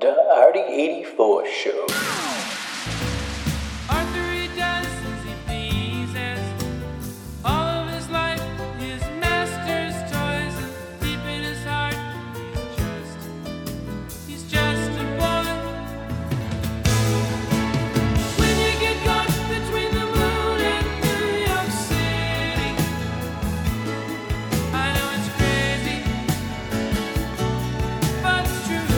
The RD84 Show. Arthur he does as he pleases. All of his life, his master's toys, and deep in his heart, he's just, he's just a boy. When you get caught between the moon and New York City, I know it's crazy, but it's true.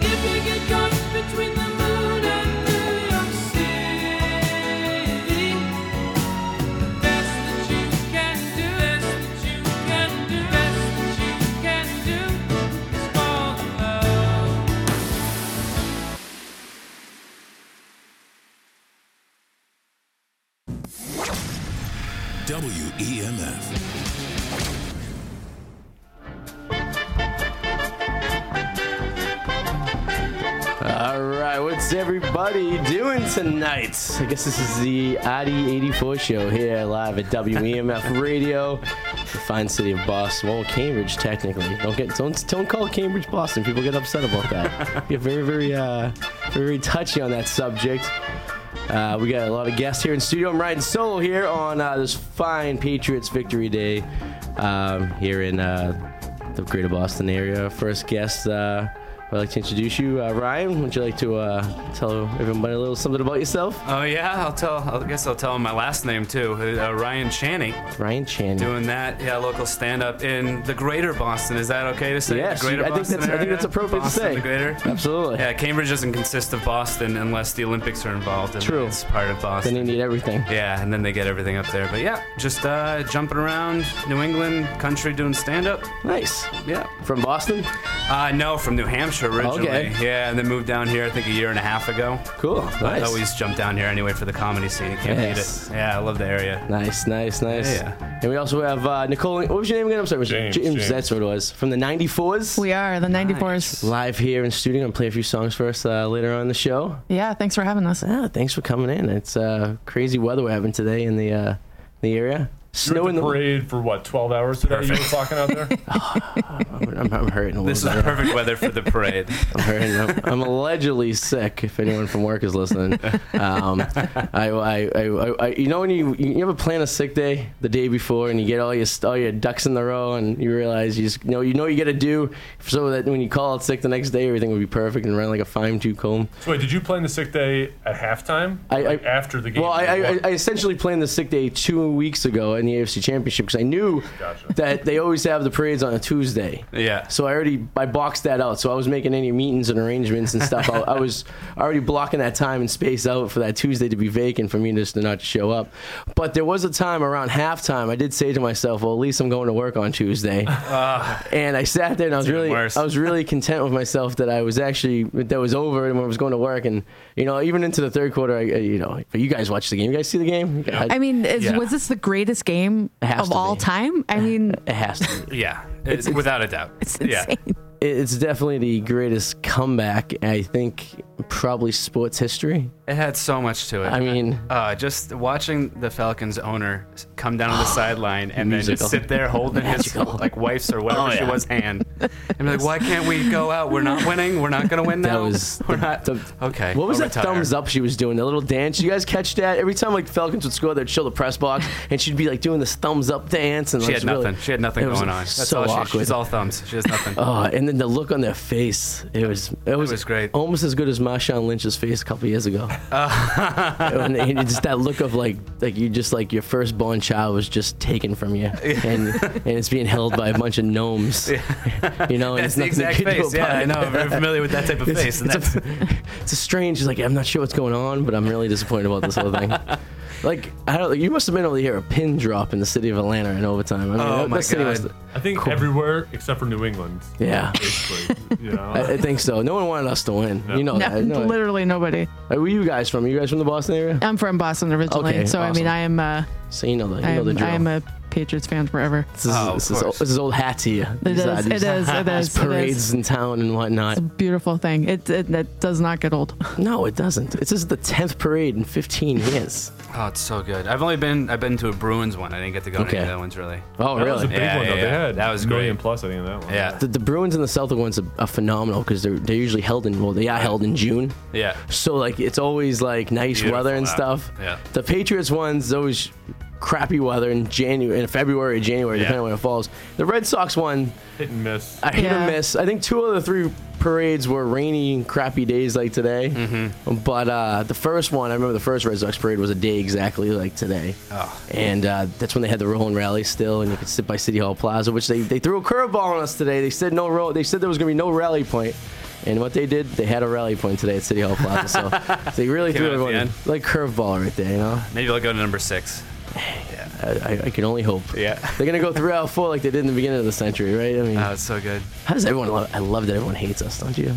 If you get caught between the moon and New York City, best that you can do, best that you can do, best that you can do is fall in love. WEMF. All right, what's everybody doing tonight? I guess this is the Adi 84 show here live at WEMF Radio, the fine city of Boston. Well, Cambridge, technically. Don't get don't don't call Cambridge Boston. People get upset about that. Get very very uh very touchy on that subject. Uh, we got a lot of guests here in studio. I'm riding solo here on uh, this fine Patriots Victory Day um, here in uh, the greater Boston area. First guest, uh, I'd like to introduce you, uh, Ryan. Would you like to uh, tell everybody a little something about yourself? Oh yeah, I'll tell. I guess I'll tell him my last name too. Uh, Ryan Channing Ryan Chan. doing that. Yeah, local stand-up in the Greater Boston. Is that okay to say? Yes, the I Greater think Boston that's- I think area? that's appropriate to Boston, say. The Greater. Absolutely. Yeah, Cambridge doesn't consist of Boston unless the Olympics are involved. And True. It's part of Then Boston. they need everything. yeah, and then they get everything up there. But yeah, just uh, jumping around New England country doing stand-up. Nice. Yeah. From Boston? Uh, no, from New Hampshire originally. Okay. Yeah, and then moved down here I think a year and a half ago. Cool. Nice. I always jump down here anyway for the comedy scene. I can't Yes. beat it. Yeah, I love the area. Nice, nice, nice. Yeah, yeah. And we also have uh, Nicole. What was your name again? I'm sorry. was it James, James. That's what it was. From the 94s. We are the 94s. live here in studio and play a few songs for us uh, later on in the show. Yeah, thanks for having us. Yeah, Ah, thanks for coming in. It's uh, crazy weather we're having today in the uh, the area. You Snow were at in the the. parade for what, 12 hours today? You were talking out there? I'm, I'm hurting a little This is bit. perfect weather for the parade. I'm hurting. I'm, I'm allegedly sick. If anyone from work is listening, um, I, I, I, I, I- you know when you you ever plan a sick day the day before and you get all your all your ducks in the row and you realize you just know you know what you got to do so that when you call out sick the next day everything will be perfect and run like a fine tooth comb. So wait, did you plan the sick day at halftime? I- Like, I- after the game? Well, I, I, I essentially planned the sick day two weeks ago in the AFC Championship because I knew Gotcha. that they always have the parades on a Tuesday. Yeah. So I already I boxed that out. So I was making any meetings and arrangements and stuff. I, I was already blocking that time and space out for that Tuesday to be vacant for me just to not show up. But there was a time around halftime I did say to myself, well, at least I'm going to work on Tuesday. and I sat there and I was even really worse. I was really content with myself that I was actually that was over and when I was going to work and you know even into the third quarter I I- you know but you guys watched the game you guys see the game I- I mean, is, Yeah. was this the greatest game It has of to all be. time? I mean, it has to be. Yeah, it's, without a doubt. it's yeah. insane. It- it's definitely the greatest comeback I think probably sports history It had so much to it. I mean uh, just watching the Falcons owner come down to the sideline and then Musical. just sit there holding his Magical. like wife's or whatever Oh, she yeah. was hand, and be like, "Why can't we go out? We're not winning. We're not going to win that now. was We're not." the- okay. What was I'll that retire. thumbs up she was doing? That little dance. You guys catch that? Every time like Falcons would score, they'd show the press box, and she'd be like doing this thumbs up dance. And She like, had it's really- nothing. She had nothing it was going on. That's so all she, awkward. She's all thumbs. She has nothing. Oh, and then the look on their face. It was it was, was great. Almost as good as Marshawn Lynch's face a couple years ago. Uh. and, and it's just that look of like like you just like your firstborn child was just taken from you, and and it's being held by a bunch of gnomes. You know, and That's it's the nothing exact you can do face. Yeah, about I it. know. I'm very familiar with that type of face. and It's, that's- a, it's a strange. Like I'm not sure what's going on, but I'm really disappointed about this whole thing. Like I don't. You must have been able to hear a pin drop in the city of Atlanta in overtime. I mean, Oh, that, my that city God. must- I think everywhere except for New England, yeah, basically. you know? I, I think so. No one wanted us to win. You know that. No, I know it. literally nobody. Like, where you guys from? You guys from the Boston area? I'm from Boston originally, Okay, so I mean, awesome. I am a, So you know the you know the I'm, drill. I'm a Patriots fan forever. This is, Oh, of this, is, course. this is old hat to you. These, is, it these- is, it these is, it parades in town and whatnot. It's a beautiful thing. It, it, it does not get old. No, it doesn't. This is the tenth parade in fifteen years. Oh, it's so good. I've only been I've been to a Bruins one. I didn't get to go to Okay. any of the ones really. Oh, That was a really? big Yeah, one though. yeah, they yeah. had That was a million great. plus, I think, in that one. Yeah, The, the Bruins and the Celtic ones are, are phenomenal because they're they're usually held in well they are held in June, yeah. so like it's always like nice Beautiful weather and out. stuff. Yeah. The Patriots ones those crappy weather in January, in February or January, Yeah. depending on when it falls. The Red Sox one, Hit and miss. I hit Yeah. or miss. I think two of the three parades were rainy, crappy days like today. Mm-hmm. But uh, the first one, I remember the first Red Sox parade was a day exactly like today. Oh. And uh, that's when they had the rolling rally still, and you could sit by City Hall Plaza, which they, they threw a curveball on us today. They said no roll. They said there was going to be no rally point. And what they did, they had a rally point today at City Hall Plaza. So they really Came threw out at the everyone end. like curveball right there. You know, Maybe I'll go to number six. I, I, I can only hope. Yeah. They're gonna go three out of four like they did in the beginning of the century, right? I mean, Oh, it's so good. How does everyone love? I love that everyone hates us, don't you?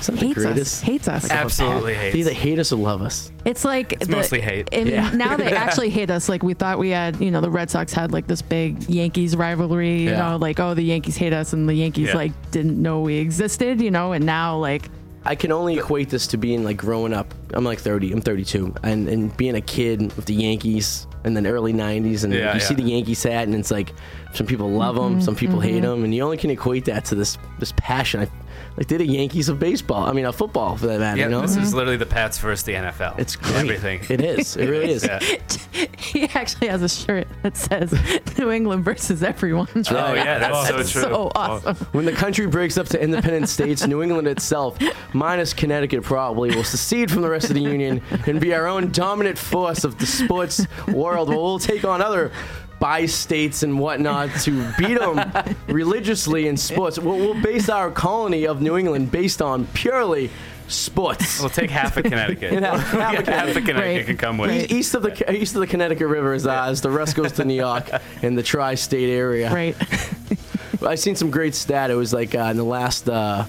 Isn't that the Hates us. greatest? Hates us. Absolutely They either hate. hate us or love us. It's like it's mostly hate. And Yeah. now they actually hate us. Like we thought we had, you know, the Red Sox had like this big Yankees rivalry. You Yeah. know, like oh the Yankees hate us, and the Yankees Yeah. like didn't know we existed. You know, and now like I can only equate this to being like growing up. I'm like 30. I'm 32, and and being a kid with the Yankees and then early 90s, and Yeah, you see yeah. Mm-hmm, the Yankees hat, and it's like some people love them, some people hate them, and you only can equate that to this this passion. I, like they're the Yankees of baseball. I mean, of football for that matter. Yeah, you know, Mm-hmm. this is literally the Pats versus the NFL. it's great. everything. It is. It really is. Yeah. he actually has a shirt that says New England versus everyone. Oh yeah, that's so That's true. so awesome. When the country breaks up to independent states, New England itself, minus Connecticut probably, will secede from the rest of the Union and be our own dominant force of the sports world. Where we'll take on other by states and whatnot to beat them religiously in sports. We'll, we'll base our colony of New England based on purely sports. We'll take half of Connecticut. And half- half of Yeah, half of Connecticut Right. can come with. E- it. East of the east of the Connecticut River is ours. The rest goes to New York and the tri-state area. Right. I seen some great stat. It was like uh, in the last, uh, I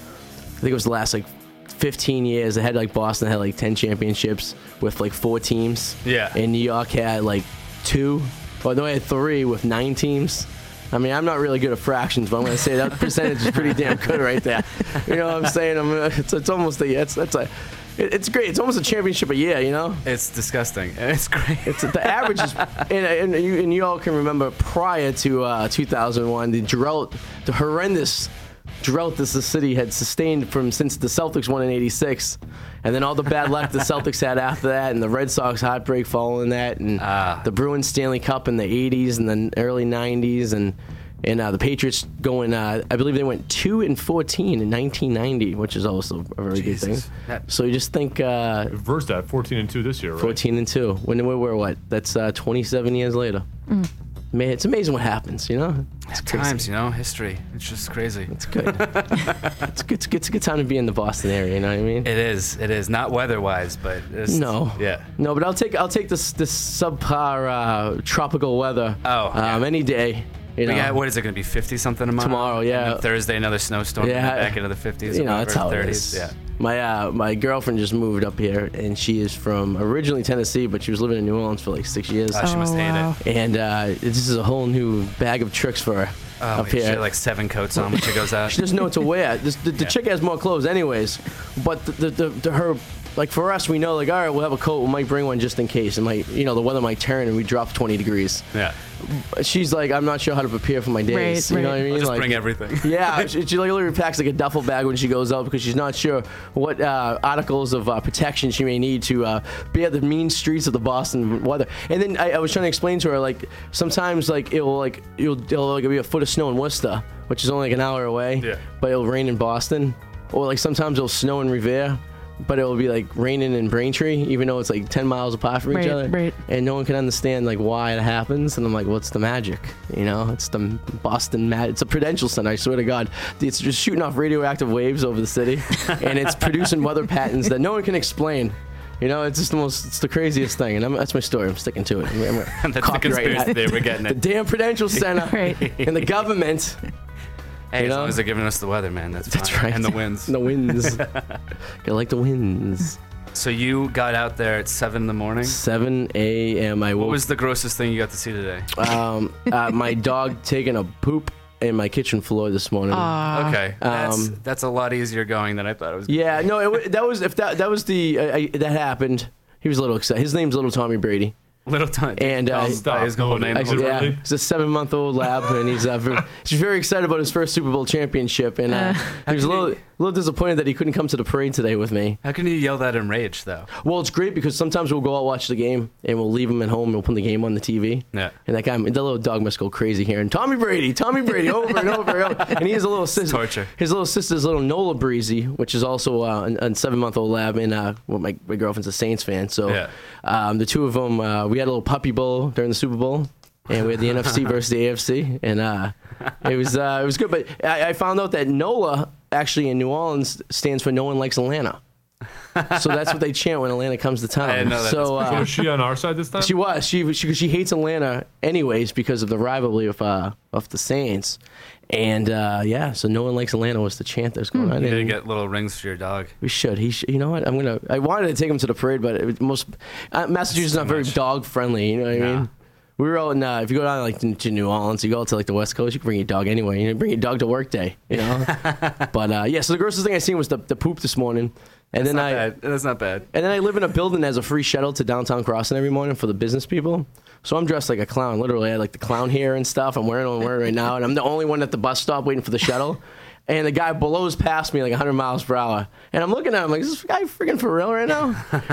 think it was the last like 15 years. They had like Boston had like 10 championships with like four teams. Yeah. And New York had like two. Well, no, they had three with nine teams. I mean, I'm not really good at fractions, but I'm gonna say that percentage is pretty damn good right there. You know what I'm saying? I'm, uh, it's, it's almost a it's that's a it, it's great. It's almost a championship a year, you know. It's disgusting. And It's great. It's the average is, and, and, you, and you all can remember prior to uh, 2001, the drought, the horrendous drought that the city had sustained from since the Celtics won in '86, and then all the bad luck the Celtics had after that, and the Red Sox heartbreak following that, and Ah. the Bruins Stanley Cup in the '80s and the early '90s, and and uh, the Patriots going, uh, I believe they went two and 14 in 1990, which is also a very good Jesus. thing. That- so you just think. Uh, Reverse that. 14 and 2 this year, right? 14 and 2. When we were what? That's uh, 27 years later. Man, it's amazing what happens, you know? It's crazy. Times, you know, history. It's just crazy. It's good. it's, good it's, good- it's a good time to be in the Boston area, you know what I mean? It is. It is not weather-wise, but it's, no. Yeah. No, but I'll take I'll take this this subpar uh, tropical weather Oh, yeah. um, any day. You know, We got what is it going to be? Fifty something tomorrow. Tomorrow, And then yeah. Thursday, another snowstorm. Yeah. Yeah. Back into the fifties. you know, that's how it is. Yeah. My uh, my girlfriend just moved up here, and she is from originally Tennessee, but she was living in New Orleans for like six years. Oh, she must Oh, hate wow. it. and uh, this is a whole new bag of tricks for her Oh, up she here. had like seven coats on when she goes out. She doesn't know what to wear. This, the the Yeah. chick has more clothes, anyways. But the, the, the, the her like for us, we know like all right, we'll have a coat. We might bring one just in case. It might you know the weather might turn and we drop 20 degrees. yeah. She's like, I'm not sure how to prepare for my days. Right, you know right. what I mean? I'll just like, bring everything. yeah, she, she like literally packs like a duffel bag when she goes out because she's not sure what uh, articles of uh, protection she may need to uh, be at the mean streets of the Boston weather. And then I, I was trying to explain to her like sometimes like it'll like you'll it'll like be a foot of snow in Worcester, which is only like an hour away. Yeah. But it'll rain in Boston, or like sometimes it'll snow in Revere. But it'll be like raining in Braintree, even though it's like ten miles apart from each Right, other, right. and no one can understand like why it happens. And I'm like, what's the magic? You know, it's the Boston Mad. It's a Prudential Center. I swear to God, it's just shooting off radioactive waves over the city, and it's producing weather patterns that no one can explain. You know, it's just the most, it's the craziest thing, and I'm, that's my story. I'm sticking to it. I'm, I'm That's the copyright conspiracy that. theory, we're getting The it. damn Prudential Center Right. and the government. you Hey, as know? long as they're giving us the weather, man. That's, That's fine. right. And the winds. The winds. I like the winds. So you got out there at seven in the morning. 7 a.m. I What woke was the grossest thing you got to see today? um, uh, my dog taking a poop in my kitchen floor this morning. okay, that's Uh, um, that's a lot easier going than I thought it was. Yeah, no, it, wa- that was if that that was the uh, I, that happened. He was a little excited. His name's Little Tommy Brady, Little time. and uh, Stop. His No, whole name. I- I- Is it yeah, really? he's a seven-month-old lab, and he's uh, very, he's very excited about his first Super Bowl championship. And uh, he was a little, little disappointed that he couldn't come to the parade today with me. How can you yell that in rage though? Well, it's great because sometimes we'll go out watch the game, and we'll leave him at home. and We'll put the game on the TV. Yeah. And that guy, the little dog, must go crazy hearing Tommy Brady, Tommy Brady, over and over and over. And he has a little sister. torture. His little sister's little Nola Breezy, which is also uh, an- a seven-month-old lab, and uh, well, my, my girlfriend's a Saints fan. So Yeah. um, the two of them, uh, we had a little puppy bowl during the Super Bowl. And we had the NFC versus the AFC, and uh, it was uh, it was good. But I, I found out that NOLA actually in New Orleans stands for No One Likes Atlanta, so that's what they chant when Atlanta comes to town. didn't know that. So So uh, is she on our side this time? she was. She, she she hates Atlanta anyways because of the rivalry of uh of the Saints, and uh, yeah. So no one likes Atlanta was the chant that was going on. Hmm. You gotta and get little rings for your dog. we should. He should. You know what? I'm gonna. I wanted to take him to the parade, but it, most uh, Massachusetts is not very dog friendly. You know what I Nah. mean? We were out in, uh, if you go down like to New Orleans, you go out to like the West Coast, you can bring your dog anyway. You know, bring your dog to work day, you know? but uh, yeah, so the grossest thing I seen was the, the poop this morning. And then Not I, bad. That's not bad. and then I live in a building that has a free shuttle to downtown Crossing every morning for the business people. So I'm dressed like a clown. Literally, I had like the clown hair and stuff. I'm wearing what I'm wearing right now, and I'm the only one at the bus stop waiting for the shuttle. And the guy blows past me like 100 miles per hour. And I'm looking at him like, is this guy freaking for real right now?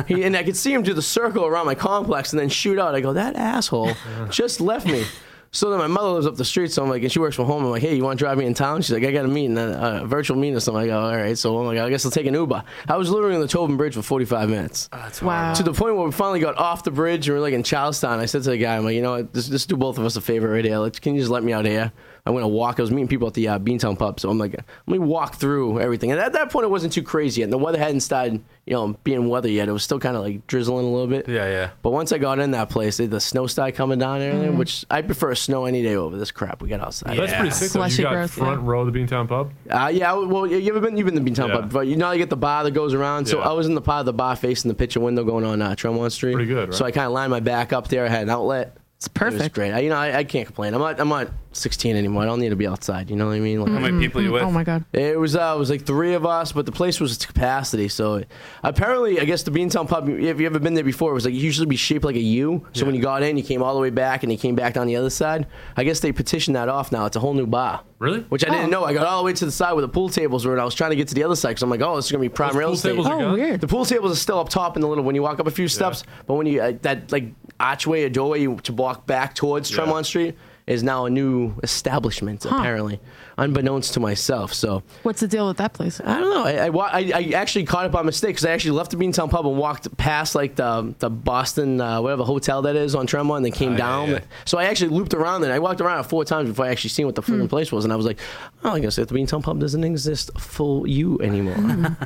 He, and I could see him do the circle around my complex and then shoot out. I go, that asshole just left me. So then my mother lives up the street, so I'm like, and she works from home. I'm like, hey, you want to drive me in town? She's like, I got a meeting, a, a virtual meeting or something. I go, all right. So I'm like, I guess I'll take an Uber. I was literally on the Tobin Bridge for 45 minutes wow. to the point where we finally got off the bridge and we are like in Charlestown. I said to the guy, I'm like, you know what, just, just do both of us a favor right here. Like, can you just let me out here? I'm gonna walk. I was meeting people at the uh, Beantown pub, so I'm like, let me walk through everything. And at that point, it wasn't too crazy yet. And the weather hadn't started, you know, being weather yet. It was still kind of like drizzling a little bit. Yeah, yeah. Mm. But once I got in that place, the snow started coming down earlier, which I prefer snow any day over this crap we got outside. That's pretty sick. Though. You Slushy got growth, front yeah. row of the Beantown Pub. Uh, yeah, well, you you ever been? You've been to Beantown Yeah. Pub, but you know you get the bar that goes around. So Yeah. I was in the part of the bar facing the picture window going on uh, Tremont Street. Pretty good, right? So I kind of lined my back up there. I had an outlet. it's It was perfect. great. I, you know, I, I can't complain. I'm not. I'm not 16 anymore. I don't need to be outside. You know what I mean? Like, How many people Mm-hmm. you with? Oh my god. it was uh, it was like three of us, but the place was its capacity. So apparently, I guess the Beantown Pub. If you ever been there before, it was like usually be shaped like a U. So when you got in, you came all the way back, and you came back down the other side. I guess they petitioned that off now. It's a whole new bar. Really? Which I didn't know. I got all the way to the side where the pool tables were, and I was trying to get to the other side because I'm like, oh, this is gonna be prime Those real pool estate. tables are Oh gone? weird. The pool tables are still up top in the little when you walk up a few steps, but when you uh, that like archway or doorway you, to walk back towards Tremont Street is now a new establishment apparently, unbeknownst to myself. So What's the deal with that place? I don't know. I, I, wa- I, I actually caught it by mistake because I actually left the Beantown Pub and walked past like the the Boston uh, whatever hotel that is on Tremont and then came Oh, yeah, down. yeah. So I actually looped around and I walked around it four times before I actually seen what the freaking place was. And I was like, oh, I guess the Beantown Pub doesn't exist for you anymore.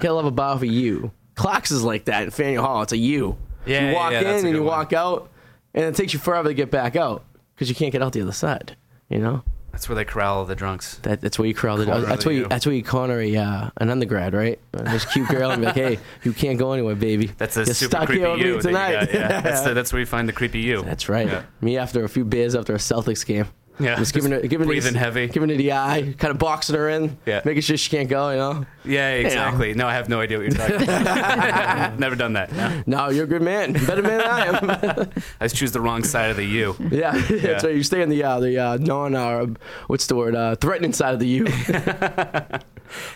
Can't love a bar for you. Clocks is like that in Faneuil Hall. It's a you. Yeah, you yeah, walk yeah, that's in a and good you one. walk out, and it takes you forever to get back out because you can't get out the other side. You know. That's where they corral all the drunks. That, that's where you corral the Corner That's where you, you. that's where you corner a, uh, an undergrad, right? Uh, This cute girl and be like, hey, you can't go anywhere, baby. That's a You're super stuck creepy here with me you. that you tonight. got, yeah. that's, the, that's where you find the creepy you. That's right. Yeah. Me after a few beers after a Celtics game. Yeah, just giving her, just giving breathing her, heavy. giving her the eye, kind of boxing her in, Yeah. making sure she can't go. You know, Yeah, exactly. No, I have no idea what you're talking about. Never done that. No. no, you're a good man, better man than I am. I just choose the wrong side of the U. yeah, that's right. You stay in the uh, the uh, non, uh, what's the word, uh, threatening side of the U,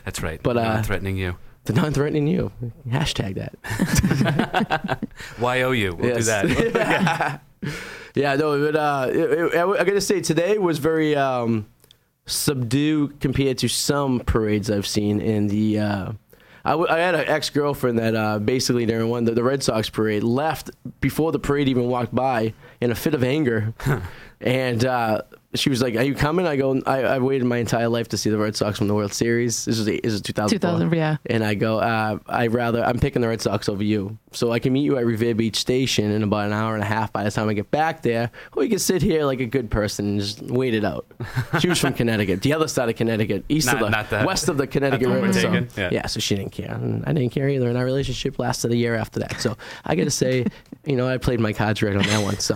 That's right. But, No, uh, I'm threatening you. the non-threatening you. Hashtag that. Why owe you? We'll Yes. do that. Yeah, no, but uh, it, it, I, I gotta say today was very um, subdued compared to some parades I've seen in the. Uh, I, w- I had an ex girlfriend that uh, basically during one the, the Red Sox parade left before the parade even walked by in a fit of anger, and uh, she was like, "Are you coming?" I go, I, "I waited my entire life to see the Red Sox win the World Series. This is this is 2004. 2000, yeah. And I go, uh, "I rather I'm picking the Red Sox over you." So I can meet you at Revere Beach Station in about an hour and a half by the time I get back there, or you can sit here like a good person and just wait it out. She was from Connecticut, the other side of Connecticut, east Not- of the, not the- west of the Connecticut not the one River. we're So, taking, yeah. yeah. so she didn't care, and I didn't care either, and our relationship lasted a year after that. So I got to say, you know, I played my cards right on that one. So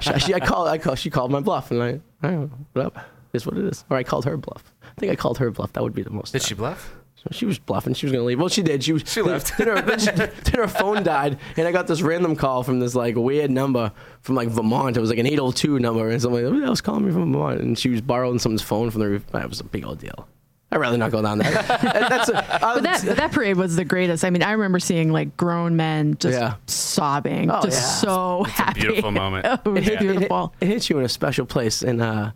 she, she- I called, I called, she called my bluff, and I, I don't know, what up? It Is what it is. Or I called her bluff. I think I called her bluff. That would be the most. Did she bluff? She was bluffing. She was going to leave. Well, she did. She was. She left. Then her, then she- then her phone died, and I got this random call from this like weird number from like Vermont. It was like an 802 number, and somebody like, "Who the hell's calling me from Vermont?" And she was borrowing someone's phone from the roof. That was a big old deal. I'd rather not go down there. That's a, uh, But that but that parade was the greatest. I mean, I remember seeing like grown men just Yeah. sobbing, Oh, just yeah. so happy. Oh, Beautiful moment. It was hit- hit- beautiful. It, hits you in a special place, and uh,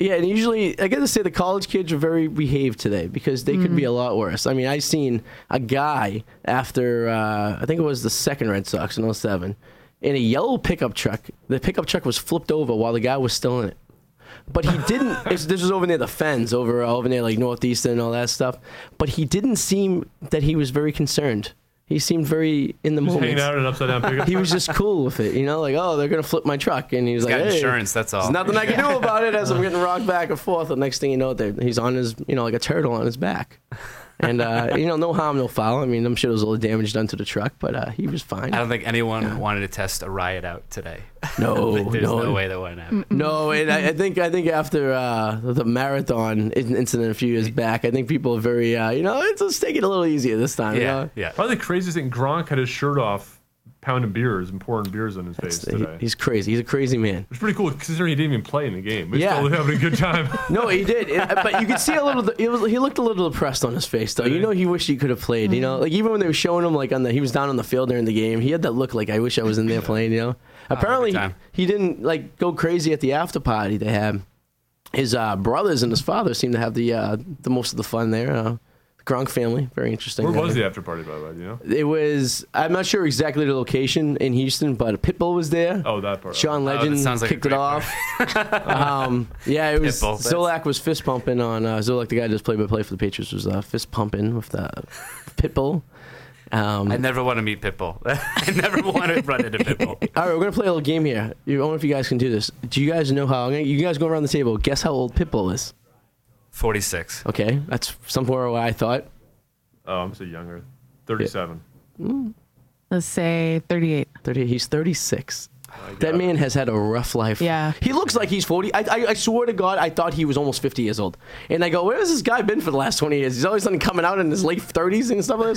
yeah, and usually I got to say the college kids are very behaved today because they could be a lot worse. I mean, I seen a guy after uh, I think it was the second Red Sox in 07 in a yellow pickup truck. The pickup truck was flipped over while the guy was still in it. But he didn't. it's, this was over near the fens, over uh, over near like northeastern and all that stuff. But he didn't seem that he was very concerned. He seemed very in the moment Hanging out in an upside down pickup. he was just cool with it, you know, like oh they're gonna flip my truck, and he was like, got hey, insurance, that's all. There's nothing I can do about it as I'm getting rocked back and forth. The next thing you know, they're- he's on his, you know, like a turtle on his back, and uh, you know, no harm, no foul. I mean, I'm sure there was a little damage done to the truck, but uh, he was fine. I don't think anyone wanted to test a riot out today. No, There's Oh, no, no, way that wouldn't happen. no, and I, I think I think after uh, the marathon in- incident a few years back, I think people are very, uh, you know, let's, let's take it a little easier this time. you Yeah, know? yeah. Probably the craziest thing. Gronk had his shirt off, pounding beers and pouring beers in his face He- today. he's crazy. He's a crazy man. It's pretty cool considering he didn't even play in the game. But Yeah. yeah, still having a good time. No, he did, It- but you could see a little. It was, he looked a little depressed on his face, though. You know, he wished he could have played. You know, like even when they were showing him, like on the, he was down on the field during the game. He had that look, like I wish I was in there playing. You know, apparently time. he, he didn't like go crazy at the after party they had. His uh, brothers and his father seemed to have the uh, the most of the fun there. Uh, Gronk family, very interesting. Where there. was the after party, by the way? do You know, It was. I'm not sure exactly the location in Houston, but Pitbull was there. Oh, that part. Sean that Legend sounds like a kicked it great off. um, yeah, it was. Pitbull. Zolak was fist pumping on uh, Zolak, the guy who does play by play for the Patriots, was uh, fist pumping with the Pitbull. Um, I never want to meet Pitbull. I never want to run into Pitbull. all right, we're gonna play a little game here. You- I don't know if you guys can do this. Do you guys know how? I'm gonna, you guys go around the table. Guess how old Pitbull is. 46. Okay, that's somewhere where I thought. Oh, I'm so younger. 37. Let's say 38. 30, he's 36. That man has had a rough life. Yeah. He looks like he's 40. I, I, I swear to God, I thought he was almost 50 years old. And I go, where has this guy been for the last 20 years? He's always been coming out in his late 30s and stuff like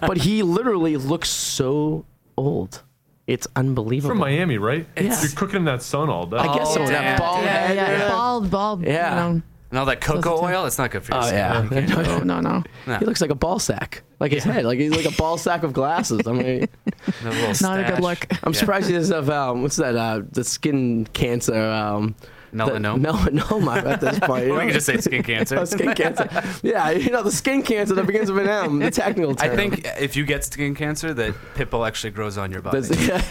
this. but he literally looks so old. It's unbelievable. From Miami, right? Yes. You're cooking in that sun all day. I guess so. Oh, That damn. bald Yeah, head. yeah, bald, bald. you Yeah. know. And all that cocoa Doesn't oil, it's not good for your Oh, skin. yeah. Oh, no, no. He looks like a ball sack. Like his head. Like he's like a ball sack of glasses. I mean, The little Not a good stash. look. I'm surprised he doesn't have, um, what's that, uh, the skin cancer. Um, the- Melanoma? melanoma at this point. you Or we know? can just say skin cancer. Oh, skin cancer. Yeah, you know the skin cancer that begins with an M. The technical I term. think if you get skin cancer, that Pitbull actually grows on your body. That's-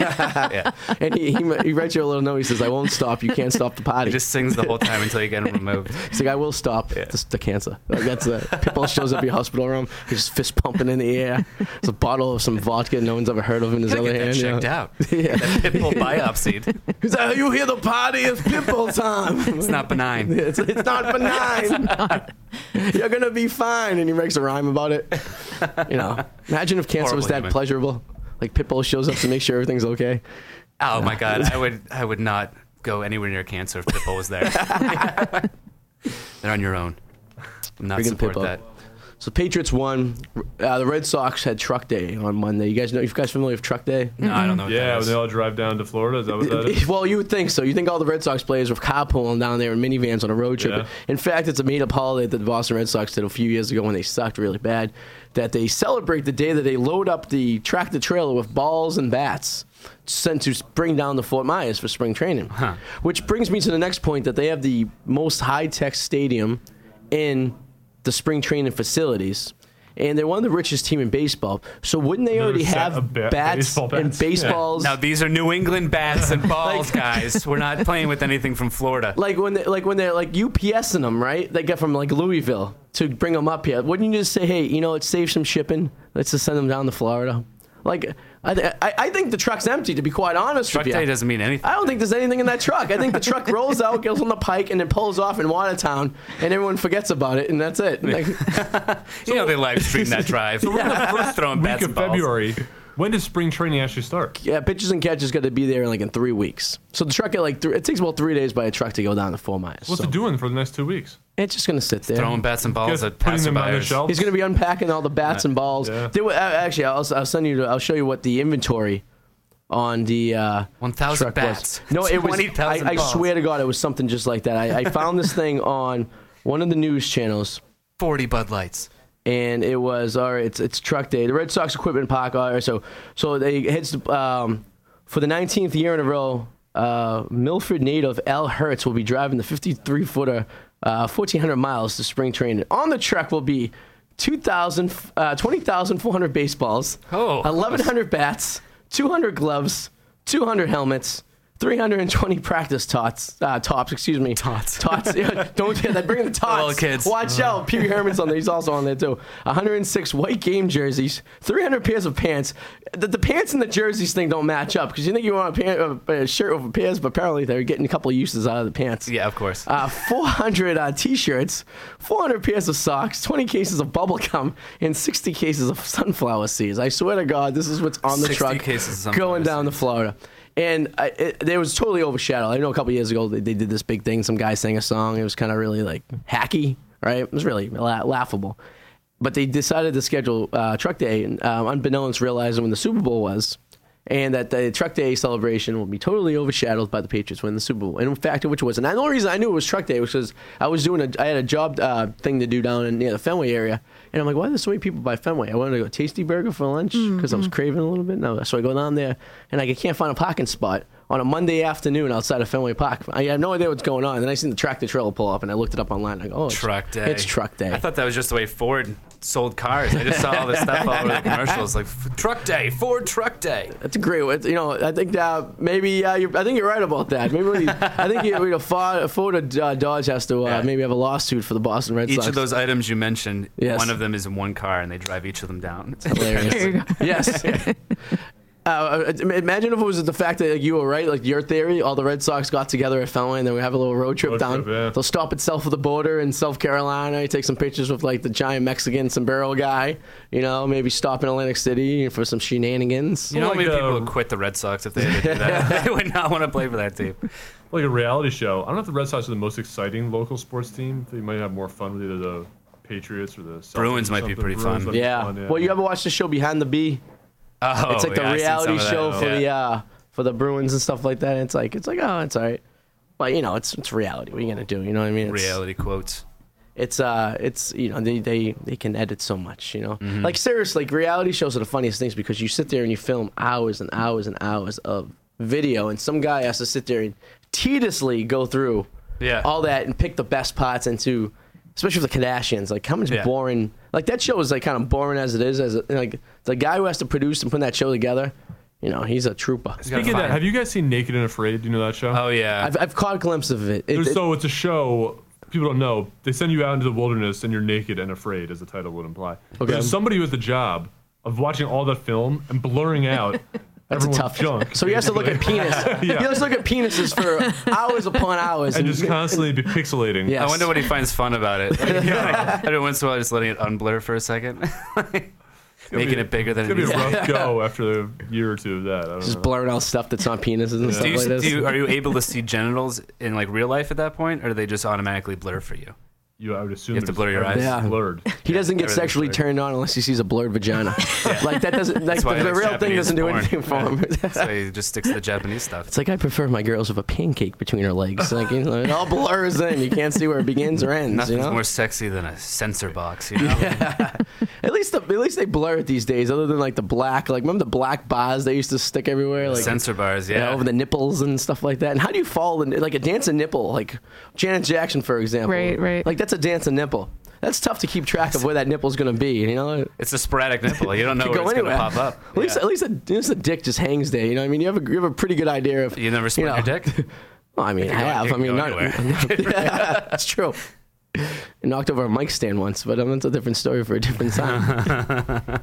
yeah. and he, he, he writes you a little note. He says, "I won't stop. You can't stop the potty." He just sings the whole time until you get him removed. He's like, "I will stop the, the cancer." Like that's it. Pitbull shows up at your hospital room. He's just fist pumping in the air. It's a bottle of some vodka no one's ever heard of in his Gotta other get that hand. you know. checked out. Yeah. That Pitbull biopsied. He's like, "You hear the potty? It's Pitbull time." It's not benign. It's, it's not benign. You're gonna be fine. And he makes a rhyme about it. You know, imagine if cancer Horrible was that human. pleasurable. Like Pitbull shows up to make sure everything's okay. Oh my god, I would I would not go anywhere near cancer if Pitbull was there. They're on your own. I'm not Friggin' support Pitbull. that. So Patriots won. Uh, the Red Sox had Truck Day on Monday. You guys know? You guys familiar with Truck Day? No, I don't know. What yeah, that when is. they all drive down to Florida. Is that what that is? Well, you would think so. You think all the Red Sox players were carpooling down there in minivans on a road trip. Yeah. In fact, it's a made-up holiday that the Boston Red Sox did a few years ago when they sucked really bad. That they celebrate the day that they load up the tractor trailer with balls and bats sent to bring down the Fort Myers for spring training. Which brings me to the next point that they have the most high-tech stadium in the spring training facilities. And they're one of the richest team in baseball. So wouldn't they Another already set have of ba- bats, baseball and bats. Yeah. baseballs? Now these are New England bats and balls, guys. We're not playing with anything from Florida. like when they, like when they're like UPSing them, right? They get from like Louisville to bring them up here. Wouldn't you just say, hey, you know, it saves some shipping. Let's just send them down to Florida. Like, I, th- I, I think the truck's empty, to be quite honest Truck with you. day doesn't mean anything. I don't think there's anything in that truck. I think the truck rolls out, goes on the pike, and then pulls off in Watertown, and everyone forgets about it, and that's it. Like, you know they live stream that drive. We're just throwing Week bats of and balls. February. When does spring training actually start? yeah, pitches and catches got to be there in like in three weeks. So the truck, at like three, it takes about three days by a truck to go down to four miles. What's so it doing for the next two weeks? It's just gonna sit there. Throwing bats and balls Just at putting them on the passerbyers. shelf. He's going to be unpacking all the bats and balls. Yeah. There were, uh, actually, I'll, I'll send you. I'll show you what the inventory on the uh, 1,000 truck bats. Was. No, it was. 20,000 I, I balls. swear to God, it was something just like that. I, I found this thing on one of the news channels. Forty Bud Lights. And it was all right. It's, it's truck day. The Red Sox equipment park. All right, so so they heads um, for the 19th year in a row. Uh, Milford native Al Hertz will be driving the 53 footer uh, 1,400 miles to spring training. On the truck will be 2,000, uh, 20,400 baseballs, Oh. 1,100 bats, 200 gloves, 200 helmets, 320 practice tots, uh, tops, excuse me. Tots. Tots. Yeah, Don't get that. Bring the tots. Little kids. Watch out. Pee Wee Herman's on there. He's also on there, too. 106 white game jerseys, 300 pairs of pants. The, the pants and the jerseys thing don't match up because you think you want a, pant, a, a shirt over pants, but apparently they're getting a couple of uses out of the pants Yeah, of course. uh, 400 uh, t-shirts, 400 pairs of socks, 20 cases of bubble gum, and 60 cases of sunflower seeds. I swear to God, this is what's on the 60 truck cases of sunflower going down to Florida. And I, it, it was totally overshadowed. I know a couple years ago they, they did this big thing. Some guy sang a song. It was kind of really like hacky, right? It was really la- laughable. But they decided to schedule uh, Truck Day, and um, unbeknownst realizing when the Super Bowl was, and that the Truck Day celebration will be totally overshadowed by the Patriots winning the Super Bowl. And in fact, which it was, and the only reason I knew it was Truck Day was because I was doing a, I had a job uh, thing to do down in near the Fenway area, and I'm like, why are there so many people by Fenway? I wanted to go Tasty Burger for lunch because I Mm-hmm. was craving a little bit. No, so I go down there, and like I can't find a parking spot on a Monday afternoon outside of Fenway Park. I had no idea what's going on. Then I seen the tractor trailer pull up, and I looked it up online. I go, oh, it's- truck day. It's Truck Day. I thought that was just the way Ford sold cars. I just saw all this stuff all over the commercials, like "F- Truck Day, Ford Truck Day. That's a great. one. You know, I think uh, maybe uh, you're, I think you're right about that. Maybe we, I think you, we Ford, Ford uh, Dodge has to uh, Yeah. maybe have a lawsuit for the Boston Red Each Sox. of those items you mentioned, Yes. one of them is in one car, and they drive each of them down. There Hilarious. you go. yes. Uh, im- imagine if it was the fact that like, you were right, like your theory. All the Red Sox got together at Fenway, and then we have a little road trip Road down. trip, yeah. They'll stop at South of the Border in South Carolina. You take some pictures with like the giant Mexican sombrero guy. You know, maybe stop in Atlantic City for some shenanigans. You know how Like, many people uh, would quit the Red Sox if they had to do that? they would not want to play for that team. Like a reality show. I don't know if the Red Sox are the most exciting local sports team. They might have more fun with either the Patriots or the Celtics Bruins or might be something. pretty Bruins fun. might be Yeah. Well, you ever watched the show Behind the Bee? Oh, it's like yeah, the I've seen some reality of that. Oh, show for the Yeah. uh, for the Bruins and stuff like that. It's like it's like oh, it's all right. But you know, it's it's reality. What are you gonna do? You know what I mean? It's, reality quotes. It's uh, it's you know they they, they can edit so much. You know, like seriously, like reality shows are the funniest things because you sit there and you film hours and hours and hours of video, and some guy has to sit there and tediously go through Yeah. all that and pick the best parts into. Especially with the Kardashians, like how much Yeah. boring. Like that show is like kind of boring as it is. As it, like the guy who has to produce and put that show together, you know, he's a trooper. Speaking of that, have you guys seen Naked and Afraid? Do you know that show? Oh yeah. I've, I've caught a glimpse of it. It- There's- it- so it's a show. People don't know. They send you out into the wilderness and you're naked and afraid, as the title would imply. Okay. There's somebody with the job of watching all that film and blurring out That's a everyone's tough. junk. So he has to look at penis. He has to look at penises for hours upon hours. and just constantly be pixelating. Yeah. I wonder what he finds fun about it. Like, every once in a while, just letting it unblur for a second, making it bigger than It's it gonna needs be to a rough go after a year or two of that. I don't just know. blurring out stuff that's on penises and stuff Do like you, this. do you, are you able to see genitals in like real life at that point, or do they just automatically blur for you? you, I would assume You have to there's- blur your eyes. Yeah. Blurred. he doesn't get everything's sexually blurred. turned on unless he sees a blurred vagina. Like that doesn't. Like the, why I the like real thing Japanese doesn't do porn. anything for him. So he just sticks to the Japanese stuff. It's like I prefer my girls with a pancake between her legs. Like you know, it all blurs in. You can't see where it begins or ends. Nothing's you know? more sexy than a sensor box, you know? At least the, at least they blur it these days. Other than like the black, like remember the black bars they used to stick everywhere, like sensor bars, you know, yeah. over the nipples and stuff like that. And how do you follow the, like a dancing nipple, like Janet Jackson for example? Right, right. Like that's a dancing nipple. That's tough to keep track of where that nipple's gonna be. You know, it's a sporadic nipple. You don't know could where go it's going to anywhere. pop up. At least, Yeah. at least, a, at least a dick just hangs there. You know, what I mean, you have a, you have a pretty good idea of. You never split know. your dick? Well, I mean, I go- it have. I could mean, go not, yeah, that's true. I knocked over a mic stand once, but um, that's a different story for a different time.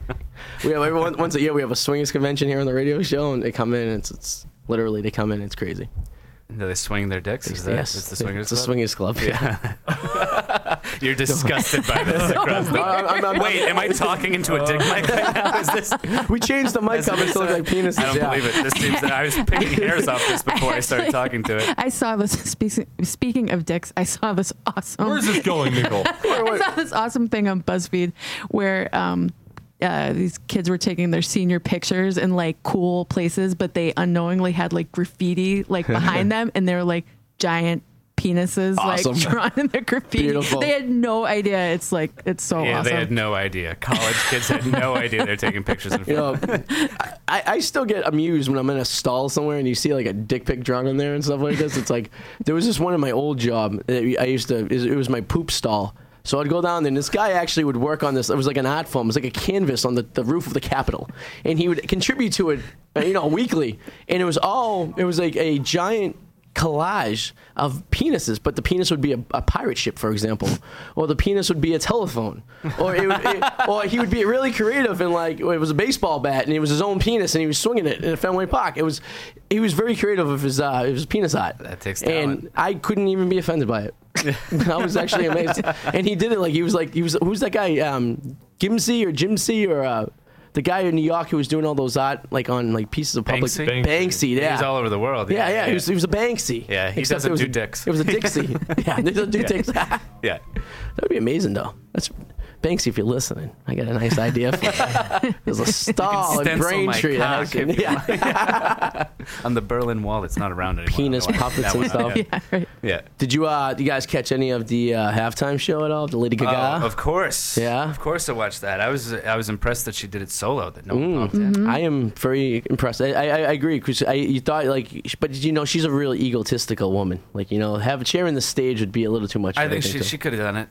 We have every once- once a year we have a swingers convention here on the radio show, and they come in. And it's, it's literally they come in. It's crazy. Do they swing their dicks? Is that, yes, is the swingers? it's a club? swingers club. Yeah. You're disgusted by this. Crosby. I'm- I'm- I'm- Wait, am I talking into a dick mic right now? Is this? we changed the mic up. It still look like penises. I don't yeah. believe it. This seems that I was picking hairs off this before I started Actually- talking to it. I saw this. Speaking speaking of dicks, I saw this awesome. Where's this going, Nicole? I saw this awesome thing on BuzzFeed where um, uh, these kids were taking their senior pictures in like cool places, but they unknowingly had like graffiti like behind them, and they were like giant penises Awesome. like drawn in the graffiti. Beautiful. They had no idea. It's like it's Oh, so Yeah, awesome. they had no idea. College kids had no idea they're taking pictures in You front. know, I, I still get amused when I'm in a stall somewhere and you see like a dick pic drawn in there and stuff like this. It's like there was this one in my old job. That I used to. It was my poop stall. So I'd go down there, and this guy actually would work on this. It was like an art form. It was like a canvas on the, the roof of the Capitol, and he would contribute to it, uh, you know, weekly. And it was all. It was like a giant collage of penises, but the penis would be a, a pirate ship, for example, or the penis would be a telephone, or it would, it, or he would be really creative and like it was a baseball bat and it was his own penis and he was swinging it in a Fenway Park. It was he was very creative of his uh, of his penis art. That takes and talent. I couldn't even be offended by it. I was actually amazed, and he did it like he was like he was who's that guy um, Gimsey or Jimsey or. Uh, the guy in New York who was doing all those art, like on like pieces of public Banksy? Banksy, yeah, He's all over the world. yeah, yeah. He was, he was a Banksy. Yeah, he Except doesn't it was do a- dicks. It was a Dixie. yeah, he doesn't do dicks. that yeah. would be amazing, though. That's Banksy. If you're listening, I got a nice idea. for you. There's a stall in stencil my Braintree. that has cock if you yeah. On the Berlin Wall, it's not around anymore. penis That one- puppets that and one, stuff. Yeah. yeah, right. yeah. Did you uh, do you guys catch any of the uh, halftime show at all? The Lady Oh, Gaga. of course. Yeah. Of course, I watched that. I was I was impressed that she did it solo. That no one Mm. popped in. I am very impressed. I, I, I agree because I you thought like, but you know she's a real egotistical woman. Like you know, have sharing the stage would be a little too much. I for her, think she, too. she could have done it.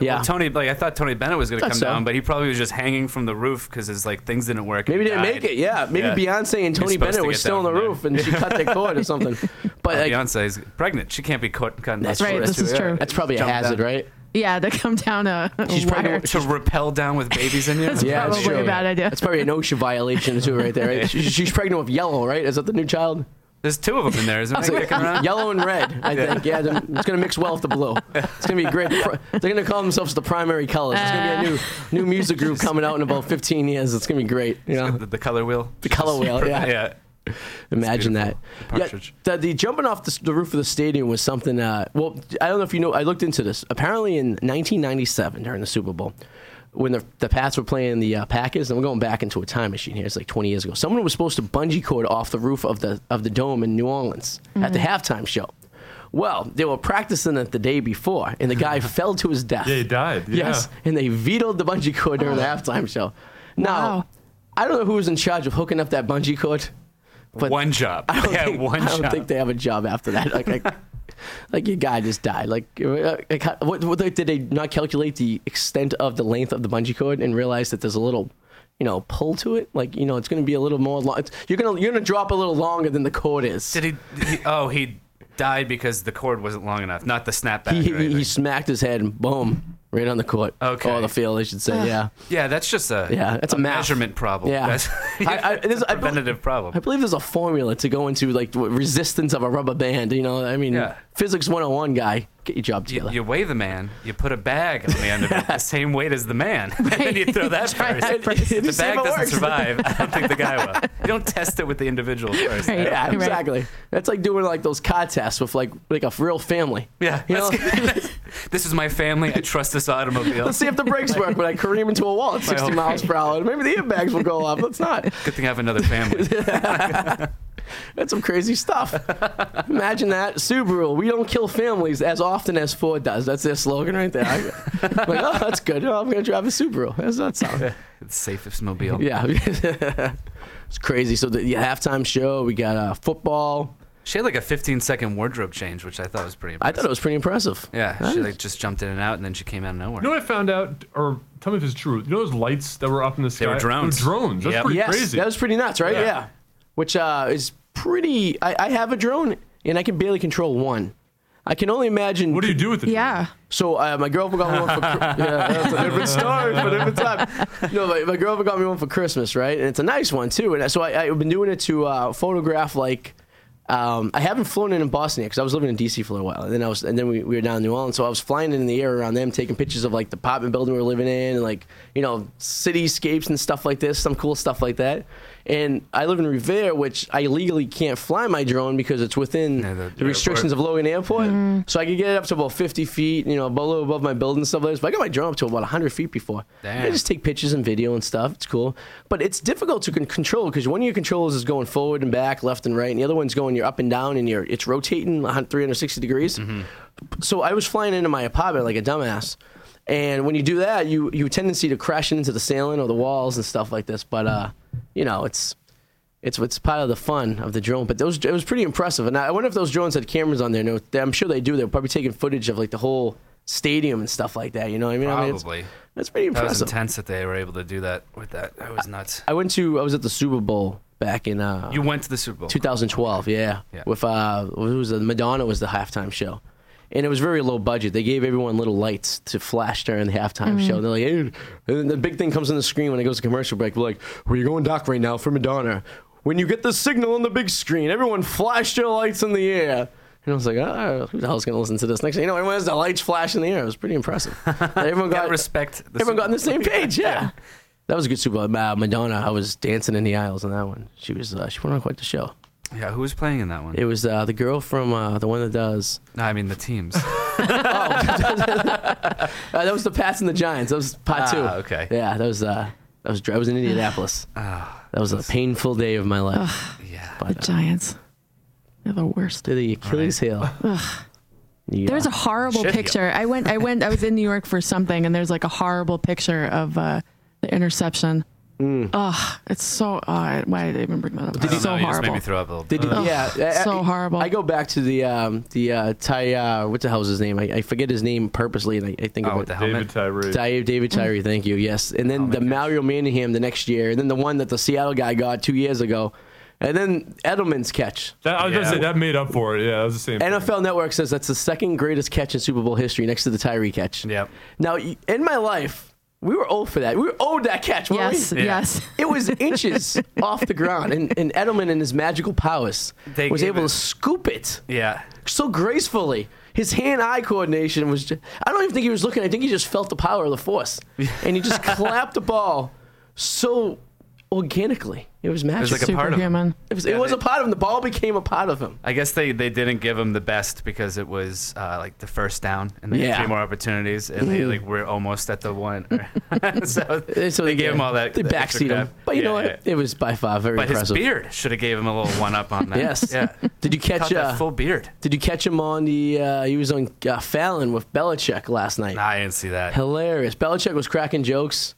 yeah. Well, Tony, like I thought Tony Bennett was going to Thought come so. down, but he probably was just hanging from the roof because his like things didn't work. and Maybe he they didn't died. make it. Yeah, maybe Yeah. Beyonce and Tony You're supposed Bennett to were get still on down the from Uh, there. roof, and she cut their cord or something. But like, Beyonce's pregnant. She can't be caught. caught in That's the right, woods, this too, is yeah. true. that's probably a Jump hazard, down. right? yeah, they come down a, a She's probably- wire. To rappel down with babies in you. Yeah, that's probably a true. bad idea. That's probably an OSHA violation too, right there. Right? She- She's pregnant with yellow, right? Is that the new child? There's two of them in there. Isn't there? kicking around? Yellow and red, I think. Yeah, then it's gonna mix well with the blue. It's gonna be great. The pri- They're gonna call themselves the primary colors. It's gonna be a new new music group coming out in about 15 years. It's gonna be great. You know, The, the color wheel. the color wheel. Yeah. Yeah. Imagine that. beautiful. Yeah, The partridge. the, the jumping off the, s- the roof of the stadium was something. Uh, well, I don't know if you know. I looked into this. Apparently, in 1997 during the Super Bowl, when the the Pats were playing the uh, Packers, and we're going back into a time machine here. It's like 20 years ago. Someone was supposed to bungee cord off the roof of the of the dome in New Orleans at the halftime show. Well, they were practicing it the day before, and the guy fell to his death. Yeah, he died. Yeah. Yes, and they vetoed the bungee cord during the halftime show. Now, Wow. I don't know who was in charge of hooking up that bungee cord. But one job. I don't, yeah, think, one I don't job. think they have a job after that. Like, like, like your guy just died. Like, uh, like how- what, what did they not calculate the extent of the length of the bungee cord and realize that there's a little, you know, pull to it? Like, you know, it's going to be a little more long. It's, you're gonna you're gonna drop a little longer than the cord is. Did he, did he? Oh, he died because the cord wasn't long enough, not the snapback. he, or he, he anything. smacked his head and boom, right on the court. Okay. Or the field, I should say. Yeah. yeah, that's just a Yeah, that's a math. measurement problem. Yeah. That's I- I- this- I bel- preventative problem. I believe there's a formula to go into like what resistance of a rubber band. You know, I mean, Yeah. physics 101 guy, get your job you, together. you weigh the man, you put a bag on the end of it, the same weight as the man, and then you throw that Try first. that If first. the Just see if bag it doesn't works. survive. I don't think the guy will. You don't test it with the individual first. Right. Yeah, Right. exactly. That's like doing like those contests with like like a real family. Yeah, you know. that's- this is my family. I trust this automobile. Let's see if the brakes work when I careen into a wall at 60 hope- miles per hour. Maybe the airbags will go off. Let's not. Good thing I have another family. That's some crazy stuff. Imagine that. Subaru, we don't kill families as often as Ford does. That's their slogan right there. I, am like, oh, that's good. Oh, I'm going to drive a Subaru. That's not sound. It's safest mobile. Yeah. it's crazy. So the, the halftime show, we got uh, football. She had like a 15 second wardrobe change, which I thought was pretty. I Impressive. thought it was pretty impressive. Yeah, she like just jumped in and out, and then she came out of nowhere. You know what I found out, or tell me if it's true. You know those lights that were up in the sky? were drones. drones. That's Yep. pretty Yes, crazy. that was pretty nuts, right? Yeah. Yeah. Which uh, is pretty. I, I have a drone and I can barely control one. I can only imagine. What do you do with it? Yeah. So uh, my girlfriend got me one for Chri- yeah, that's a different story, but different time. No, my, my girlfriend got me one for Christmas, right? And it's a nice one too. And so I, I've been doing it to uh, photograph like. Um, I haven't flown in in Boston yet because I was living in DC for a while, and then I was, and then we, we were down in New Orleans, so I was flying in the air around them, taking pictures of like the apartment building we were living in, and like you know cityscapes and stuff like this, some cool stuff like that. And I live in Revere, which I legally can't fly my drone because it's within Yeah, the the, airport. restrictions of Logan Airport, so I could get it up to about 50 feet, you know, below above my building and stuff like this. But I got my drone up to about 100 feet before. I Damn. just take pictures and video and stuff. It's cool, but it's difficult to con- control because one of your controls is going forward and back, left and right, and the other one's going you're up and down and you're it's rotating a hun- 360 degrees. So I was flying into my apartment like a dumbass. And when you do that, you you tendency to crash into the ceiling or the walls and stuff like this. But uh, you know, it's it's it's part of the fun of the drone. But those it was pretty impressive, and I I wonder if those drones had cameras on there. No, they- I'm sure they do. They're probably taking footage of like the whole stadium and stuff like that. You know what I mean? I mean, it's- Probably. that's pretty That was impressive. intense that they were able to do that with that. That was nuts. I went to I was at the Super Bowl back in uh, You went to the Super Bowl. 2012, yeah. Yeah. With uh, who was the Madonna was the halftime show, and it was very low budget. They gave everyone little lights to flash during the halftime show. And they're like, "Hey," and then the big thing comes on the screen when it goes to commercial break. We're like, "Where you going, Doc? Right now for Madonna? When you get the signal on the big screen, everyone flash their lights in the air." And I was like, oh, who the hell's gonna listen to this? Next, thing you know, everyone has the lights flash in the air. It was pretty impressive. everyone Gotta got respect. The Everyone got on Super the same page, yeah. That was a good Super Bowl. Uh, Madonna, I was dancing in the aisles on that one. She was uh, she put on quite the show. Bowl. Yeah, who was playing in that one? It was uh, the girl from uh, the one that does. no, I mean the teams. Uh, that was the Pats and the Giants. That was part two. Ah, okay. Ah, Yeah, that was uh, that was. I was in Indianapolis. that was a painful day of my life. yeah. The uh, Giants. They're the worst. To the Achilles heel. Yeah. There's a horrible Shit, picture. I went, I went, I was in New York for something, and there's like a horrible picture of uh, the interception. Ugh, it's so. Uh, why did I even bring that up? I It's don't so know, Mm. you just made horrible. me throw up a little Did you, yeah, I- so I- horrible. I go back to the um, the uh, Ty. Uh, what the hell's his name? I, I forget his name purposely, and I, I think Oh, of with it. the Oh, helmet. David Tyree. David, David Tyree, Mm. thank you. Yes, and then the Mario Manningham the next year, and then the one that the Seattle guy got two years ago, and then Edelman's catch. That, I was Yeah. gonna say that made up for it. Yeah, that was the same. thing. NFL Network says that's the second greatest catch in Super Bowl history, next to the Tyree catch. Yep. Now, y- in my life, we were owed for that. We were owed that catch. weren't Yes, we? Yeah. yes. It was inches off the ground, and, and Edelman and his magical powers They was gave able to it- scoop it Yeah. so gracefully. His hand-eye coordination was. Just, I don't even think he was looking. I think he just felt the power of the force, and he just clapped the ball so organically. It was magic. It was, like a part of it. Superhuman. it was, yeah, a they- part of him. The ball became a part of him. I guess they, they didn't give him the best because it was uh, like the first down and they Yeah. Mm. had three more opportunities and they like were almost at the one. so, So they gave him all that. They that extra backseat him, crap. but you Yeah, know what? yeah. It was by far very But his impressive. beard should have gave him a little one up on that. Yes. Yeah. Did you Caught catch? that Uh, full beard. did you catch him on the? Uh, he was on uh, Fallon with Belichick last night. Nah, I didn't see that. hilarious. Belichick was cracking jokes.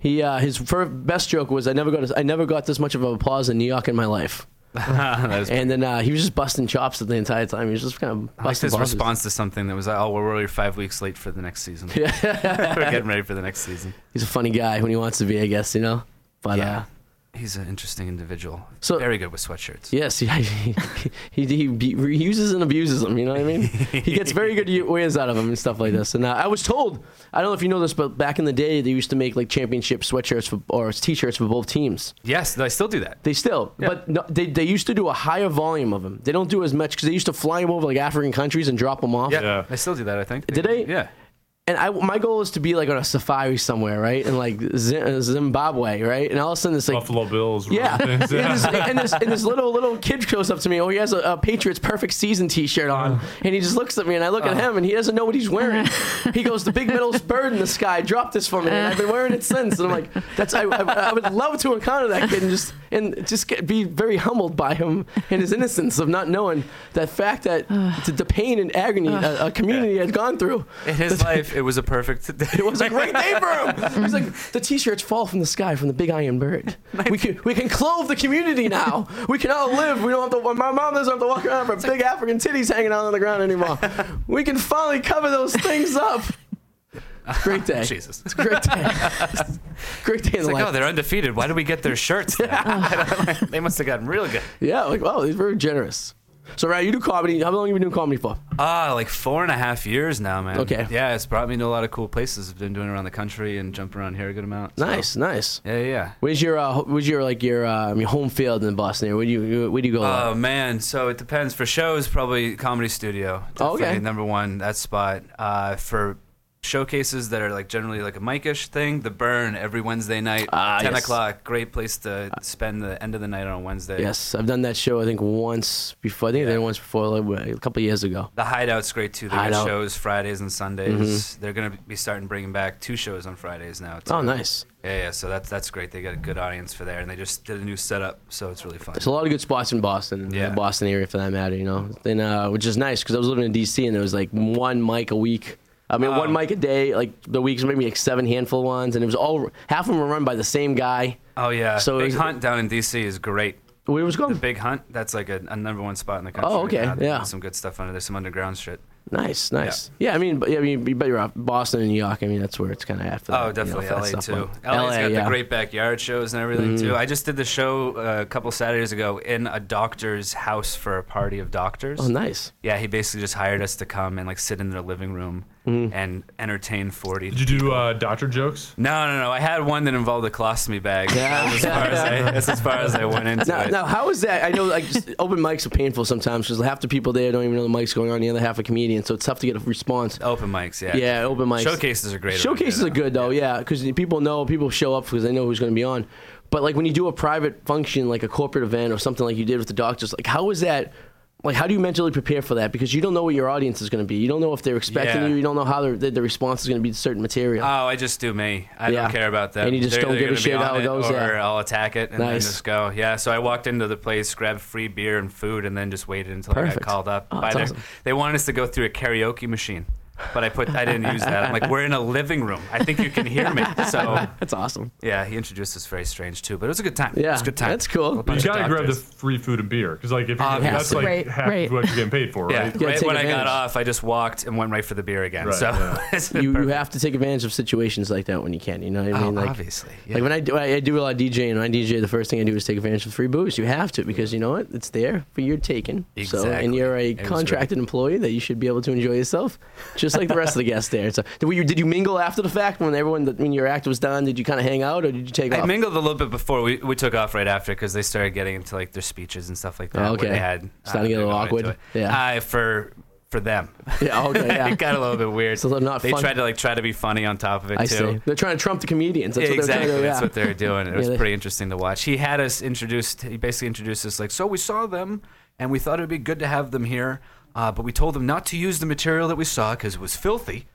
He uh, his first, best joke was I never got I never got this much of applause in New York in my life. That was- And then uh, he was just busting chops the entire time. He was just kind of I like busting his chops. response to something that was like, "Oh, we're already five weeks late for the next season. we're getting ready for the next season." He's a funny guy when he wants to be, I guess. You know. But uh, he's an interesting individual. So- very good with sweatshirts. yes, he, he, he, he uses and abuses them. You know what I mean? he gets very good wins out of them and stuff like this. And uh, I was told, I don't know if you know this, but back in the day, they used to make like championship sweatshirts for, or t-shirts for both teams. Yes, I still do that. They still, but no, they, they used to do a higher volume of them. They don't do as much because they used to fly them over like African countries and drop them off. Yeah, Yeah. I still do that. I think. Did they? Yeah. And I, my goal is to be like on a safari somewhere, right? In like Z- Zimbabwe, right? And all of a sudden it's like, Buffalo Bills. yeah. and, Things. this, and, this, and this little little kid goes up to me. Oh, he has a, a Patriots Perfect Season T-shirt on, and he just looks at me, and I look at him, and he doesn't know what he's wearing. he goes, "The big middle bird in the sky. Drop this for me." And I've been wearing it since, and I'm like, "That's I, I, I would love to encounter that kid and just and just get, be very humbled by him and his innocence of not knowing that fact that the, the pain and agony a, a community had gone through." In his life, it was a perfect day. It was a great day for him. He's like, the t-shirts fall from the sky from the big iron bird. We can we can clothe the community now. We can all live. We don't have to. My mom doesn't have to walk around with her big African titties hanging out on the ground anymore. We can finally cover those things up. Great day. Jesus. It's a great day. great day in It's like, oh, life. they're undefeated. Why did we get their shirts? then?" they must have gotten real good. yeah, like wow, these were generous. So, Ryan, you do comedy. How long have you been doing comedy for? Ah, like four and a half years now, man. Okay. Yeah, it's brought me to a lot of cool places. I've been doing it around the country and jumping around here a good amount. so- Nice, nice. Yeah, yeah. Where's your uh, where's your like your uh, I mean, home field in Boston? There, where do you where do you go? Oh man, so it depends. For shows, probably comedy studio. Oh, okay. Definitely number one, that spot. Uh, for showcases that are like generally like a mic-ish thing, the burn every Wednesday night, Ah, ten yes. Uh, o'clock. Great place to spend the end of the night on a Wednesday. yes, I've done that show. I think once before. I think I did it once before, like, a couple years ago. The hideout's great too. They got Hideout. Mm-hmm. shows Fridays and Sundays. They're gonna be starting bringing back two shows on Fridays now. Too. Oh, nice. Yeah, yeah. So that's that's great. They got a good audience for there, and they just did a new setup, so it's really fun. There's a lot of good spots in Boston, in Yeah. the Boston area for that matter, you know, and, uh, which is nice because I was living in DC and there was like one mic a week. I mean, one Oh. mic a day, like the weeks, maybe like seven handful ones, and it was all half of them were run by the same guy. Oh yeah. So So Big is- Hunt down in DC is great. Where was it The going? Big Hunt, that's like a, a number one spot in the country. Oh, right okay, now. They yeah. do Some good stuff under there. Some underground shit. Nice, nice. Yeah, I mean, but, yeah, I mean, you bet you're off Boston and New York. I mean, that's where it's kind of at. For that, Oh, you know, definitely for that LA stuff. too. LA's LA, got yeah. Mm. the great backyard shows and everything too. I just did the show uh, a couple Saturdays ago in a doctor's house for a party of doctors. Oh, nice. Yeah, he basically just hired us to come and like sit in their living room Mm. and entertain forty. Did you do uh, doctor jokes? no, no, no. I had one that involved a colostomy bag. Yeah. That was as far as I, that's as far as I went into Now, it. now, how is that? I know like s- open mics are painful sometimes because half the people there don't even know the mic's going on. The other half are comedians, so it's tough to get a response. Open mics, yeah. Yeah, open mics. Showcases are great. around Showcases here, are though. good though, yeah, because people know people show up because they know who's going to be on. But like when you do a private function, like a corporate event or something like you did with the doctors, like how is that? Like how do you mentally prepare for that? Because you don't know what your audience is going to be. You don't know if they're expecting Yeah. you. You don't know how their the, the response is going to be to certain material. Oh, I just do me. I Yeah. don't care about that. And you just don't give a shit how it goes, Or yeah. I'll attack it and Nice. then just go. Yeah. So I walked into the place, grabbed free beer and food, and then just waited until I Perfect. got called up. Oh, by that's their, awesome. They wanted us to go through a karaoke machine, but I put I didn't use that. I'm like, we're in a living room. I think you can hear me. So That's awesome. yeah, he introduced us very strange too, but it was a good time. Yeah, it was a good time. that's cool. A You bunch You of gotta grab the doctors. free food and beer because like if you Obviously. that's like Right, half right. of what you're getting paid for, Yeah, right? gotta right take when I got advantage. off, I just walked and went right for the beer again. Right, so yeah. it's You, you perfect. have to take advantage of situations like that when you can. You know what I Oh, mean? like, obviously, yeah. Like when I do, I I do a lot of DJing. When I DJ, the first thing I do is take advantage of free booze. You have to because you know what? It's there for your taking. So, and Exactly. you're a It was contracted employee that you should be able to enjoy yourself, just like the rest of the guests there. So, did, were you, did you mingle after the fact when everyone when your act was done? Did you kind of hang out or did you take I off? mingled a little bit before we, we took off right after because they started getting into like their speeches and stuff like that. Oh, where okay. they had Starting to get a they're little going into awkward. it. Yeah. Uh, for for them, yeah. Okay. Yeah. it got a little bit weird. So they're not They fun- tried to like try to be funny on top of it I too. see. They're trying to trump the comedians. That's Yeah, what they're exactly. Trying to, yeah. That's what they were doing. It was they- pretty interesting to watch. He had us introduced. He basically introduced us like, so we saw them, and we thought it'd be good to have them here. Uh, but we told them not to use the material that we saw because it was filthy.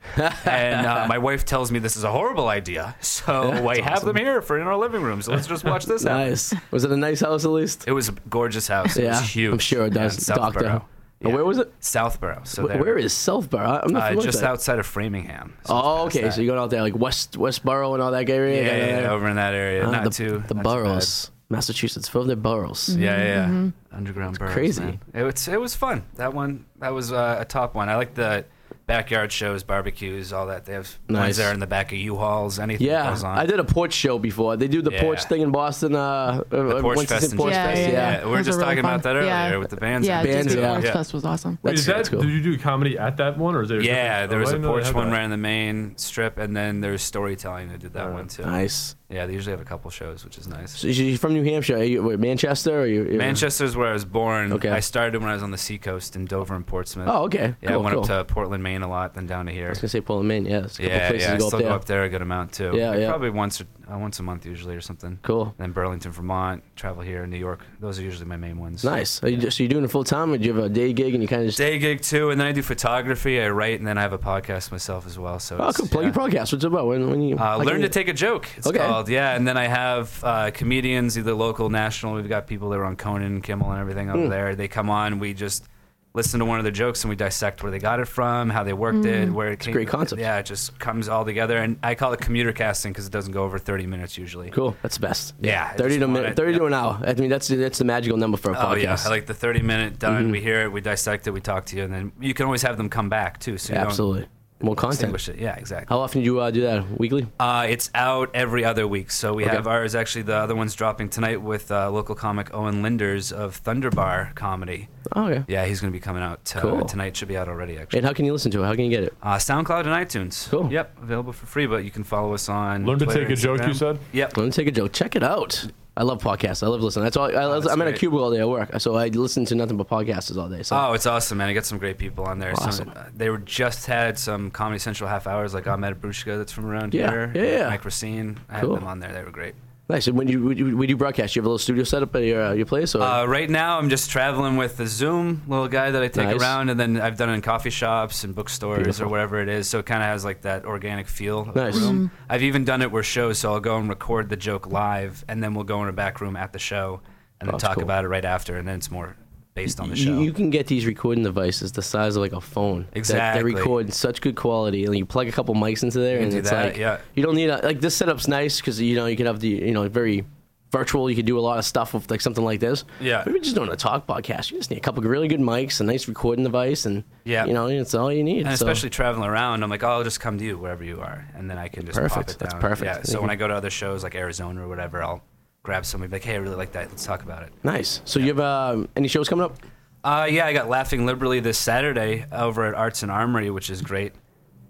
and uh, my wife tells me this is a horrible idea. So we have them here for in our living room. So let's just watch this. happen. Nice. Was it a nice house at least? It was a gorgeous house. It yeah. was huge. I'm sure it Yeah, does. in Doctor. Southborough. And Yeah. Where was it? Southborough. So Where- there- Where is Southborough? I- I'm not Uh, familiar just with that. outside of Framingham. So it's Oh, past okay. that. So you're going out there like West Westborough and all that area. yeah, down yeah, there. yeah, over in that area. Ah, not the, too. the not too bad. boroughs, Massachusetts, full of their boroughs. Mm-hmm, Yeah, yeah, yeah. Underground burrows. crazy. man. It was it was fun. That one that was uh, a top one. I like the backyard shows, barbecues, all that. They have Nice. ones there in the back of U-Hauls. Anything that Yeah, goes on. I did a porch show before. They do the porch Yeah. thing in Boston. Uh, the Porch Fest. in porch Jersey. fest. Yeah, We were Those are just really talking about fun. that earlier Yeah. with the bands. Yeah, out there, Bands, Disney too. yeah. Forest Fest was awesome. Wait, is That's- that that's cool. did you do comedy at that one or is there? a Yeah, different- there I was a didn't know they porch had one that. right in the main strip, and then there's storytelling. that did that one too. Nice. Yeah, they usually have a couple shows, which is nice. So you're from New Hampshire. Are you, wait, Manchester? Or you, you're- Manchester's where I was born. Okay. I started when I was on the seacoast in Dover and Portsmouth. Oh, okay. Yeah, cool, I went cool. up to Portland, Maine a lot, then down to here. I was gonna say Portland, Maine. Yeah, there's a couple Yeah, places yeah, to go I still up there. go up there a good amount too. Yeah, Like, yeah. Probably once or, uh, once a month usually or something. Cool. And then Burlington, Vermont. Travel here, New York. Those are usually my main ones. Nice. Are you, just- so you're doing it full time, or do you have a day gig and you kind of just Day gig too, and then I do photography. I write, and then I have a podcast myself as well. So oh, it's- cool, plug yeah. your podcast? What's it about? When, when you Uh, like, when learn to you- take a joke. It's Okay. called yeah, and then I have uh, comedians, either local, national. We've got people that are on Conan, Kimmel, and everything Hmm. over there. They come on. We just listen to one of their jokes and we dissect where they got it from, how they worked it, where it came. Hmm. great concept. Yeah, it just comes all together, and I call it commuter casting because it doesn't go over thirty minutes usually. Cool. That's the best. Yeah, I Thirty just to a want minute, it, thirty yeah. to an hour. I mean, that's that's the magical number for a podcast. Mm-hmm. Oh yeah, I like the thirty minute done. We hear it, we dissect it, we talk to you, and then you can always have them come back too. So you don't- Absolutely. More content. distinguish it. Yeah, exactly. How often do you uh, do that? Weekly? Uh, it's out every other week. So we Okay. have ours actually, the other one's dropping tonight with uh, local comic Owen Linders of Thunderbar Comedy. Oh, okay. Yeah, he's going to be coming out uh, Cool. tonight. Should be out already, actually. And how can you listen to it? How can you get it? Uh, SoundCloud and iTunes. Cool. Yep, available for free, but you can follow us on. Learn to Twitter, take a joke, you Instagram. said? Yep. Let me take a joke. Check it out. I love podcasts. I love listening. That's all. I, Oh, that's I'm in a great. cubicle all day at work, so I listen to nothing but podcasts all day. So Oh, it's awesome, man! I got some great people on there. Some- Awesome. uh, they were just had some Comedy Central half hours, like Ahmed Brushka, that's from around Yeah, here. yeah, yeah. Mike Racine. I Cool. had them on there. They were great. nice. And when you, when you when you broadcast, you have a little studio set up at your uh, your place, or Uh, right now, I'm just traveling with the Zoom little guy that I take Nice. around, and then I've done it in coffee shops and bookstores Beautiful. or wherever it is. So it kind of has like that organic feel. Of Nice. The room. I've even done it where shows, so I'll go and record the joke live, and then we'll go in a back room at the show and then That's talk cool. about it right after, and then it's more based on the show. you, you can get these recording devices the size of like a phone. that- That, Exactly. record in such good quality, and you plug a couple mics into there, can and do it's that, like yeah. you don't need a, like this setup's nice because you know you can have the you know very virtual. You can do a lot of stuff with like something like this. Yeah. maybe just doing a talk podcast. You just need a couple of really good mics, a nice recording device, and Yeah. you know it's all you need. and so- especially traveling around, I'm like, oh, I'll just come to you wherever you are, and then I can just Perfect. Pop it That's down. perfect. Yeah. You So when can- I go to other shows like Arizona or whatever, I'll grab somebody be like, hey, I really like that. Let's talk about it. nice. So you have um, any shows coming up? Uh, yeah, I got Laughing Liberally this Saturday over at Arts and Armory, which is great.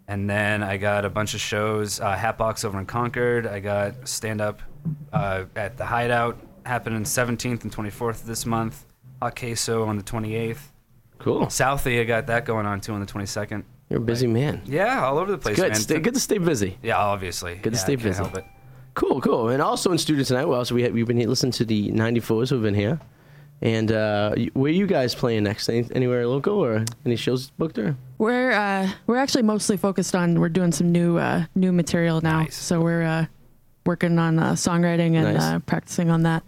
And then I got a bunch of shows, uh, Hatbox over in Concord. I got stand up uh, at the Hideout happening 17th and 24th of this month. Hot Queso on the 28th. Cool. Southie, I got that going on too on the 22nd. You're a busy man. Yeah, all over the place, Good. man. Stay, good to stay busy. Yeah, obviously. Good to stay busy. Cool, cool. And also in studio tonight, well, so we had, we've been here, listening to the 94s who've been here. And uh, y- where you guys playing next? Any, anywhere local or any shows booked or? We're uh, we're actually mostly focused on we're doing some new uh, new material now, Nice. so we're uh, working on uh, songwriting and Nice. uh, practicing on that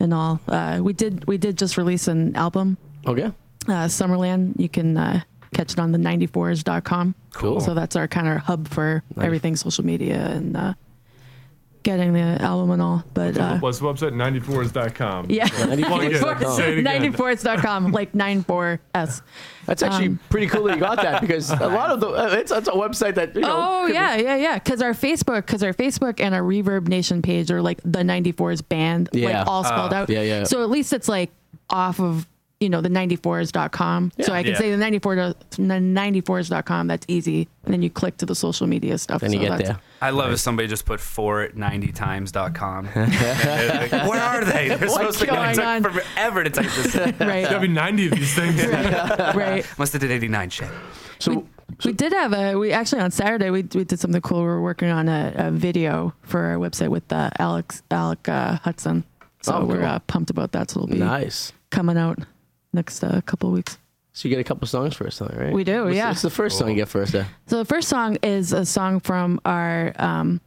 and all. Uh, we did we did just release an album, Okay. uh, Summerland. You can uh, catch it on the 94s.com. Cool. So that's our kind of hub for everything social media and uh, getting the album and all. But uh, What's the website? 94s.com. yeah. Plug it. Say it again. 94s.com, like 94s. That's actually Um, pretty cool that you got that because a lot of the, uh, it's, it's a website that, you know. Oh could be- yeah, yeah, yeah. Because our Facebook, because our Facebook and our Reverb Nation page are like the '94s band, Yeah. like all Uh, spelled out. yeah, yeah. So at least it's like off of you know the '94s.com. so I can Yeah. say the '94 the '94s.com. That's easy, and then you click to the social media stuff. Then you so get that's- there. I love if somebody just put four at 90times.com. like, Where are they? They're supposed to go. It going on? took forever to type this in. Gotta be Right, 90 of these things. right. Must have did 89 shit. So, We did have a. We actually on Saturday we we did something cool. We were working on a, a video for our website with uh, Alex Alec uh, Hudson. So Oh, we're cool. uh, pumped about that. So it'll be nice. coming out next uh, couple weeks. So you get a couple songs for us tonight, right? We do, What's, yeah. What's the first song you get for us there? So the first song is a song from our um,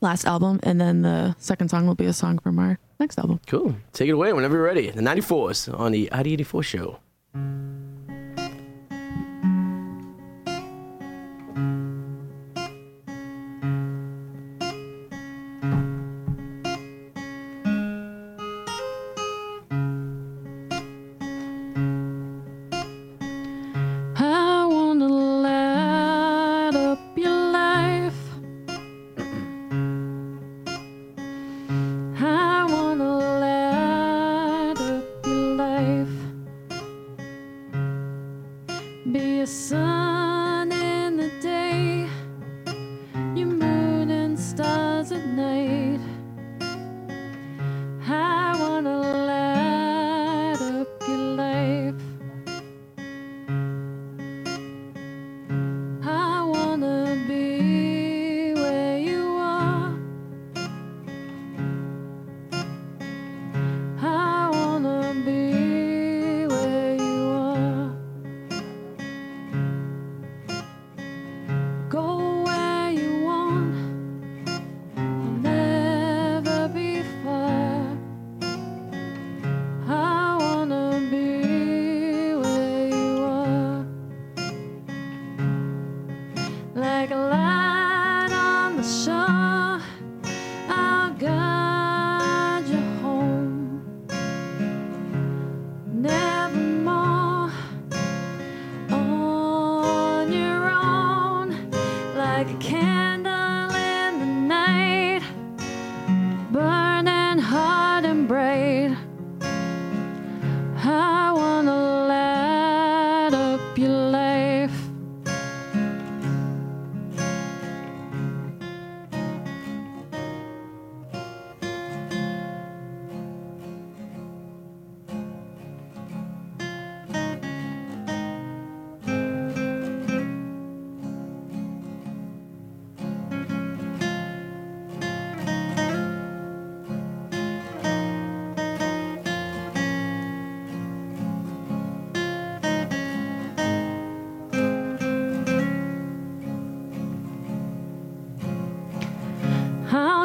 last album, and then the second song will be a song from our next album. Cool. Take it away whenever you're ready. The 94s on the ID84 show. I wanna light up your life. I wanna light up your life.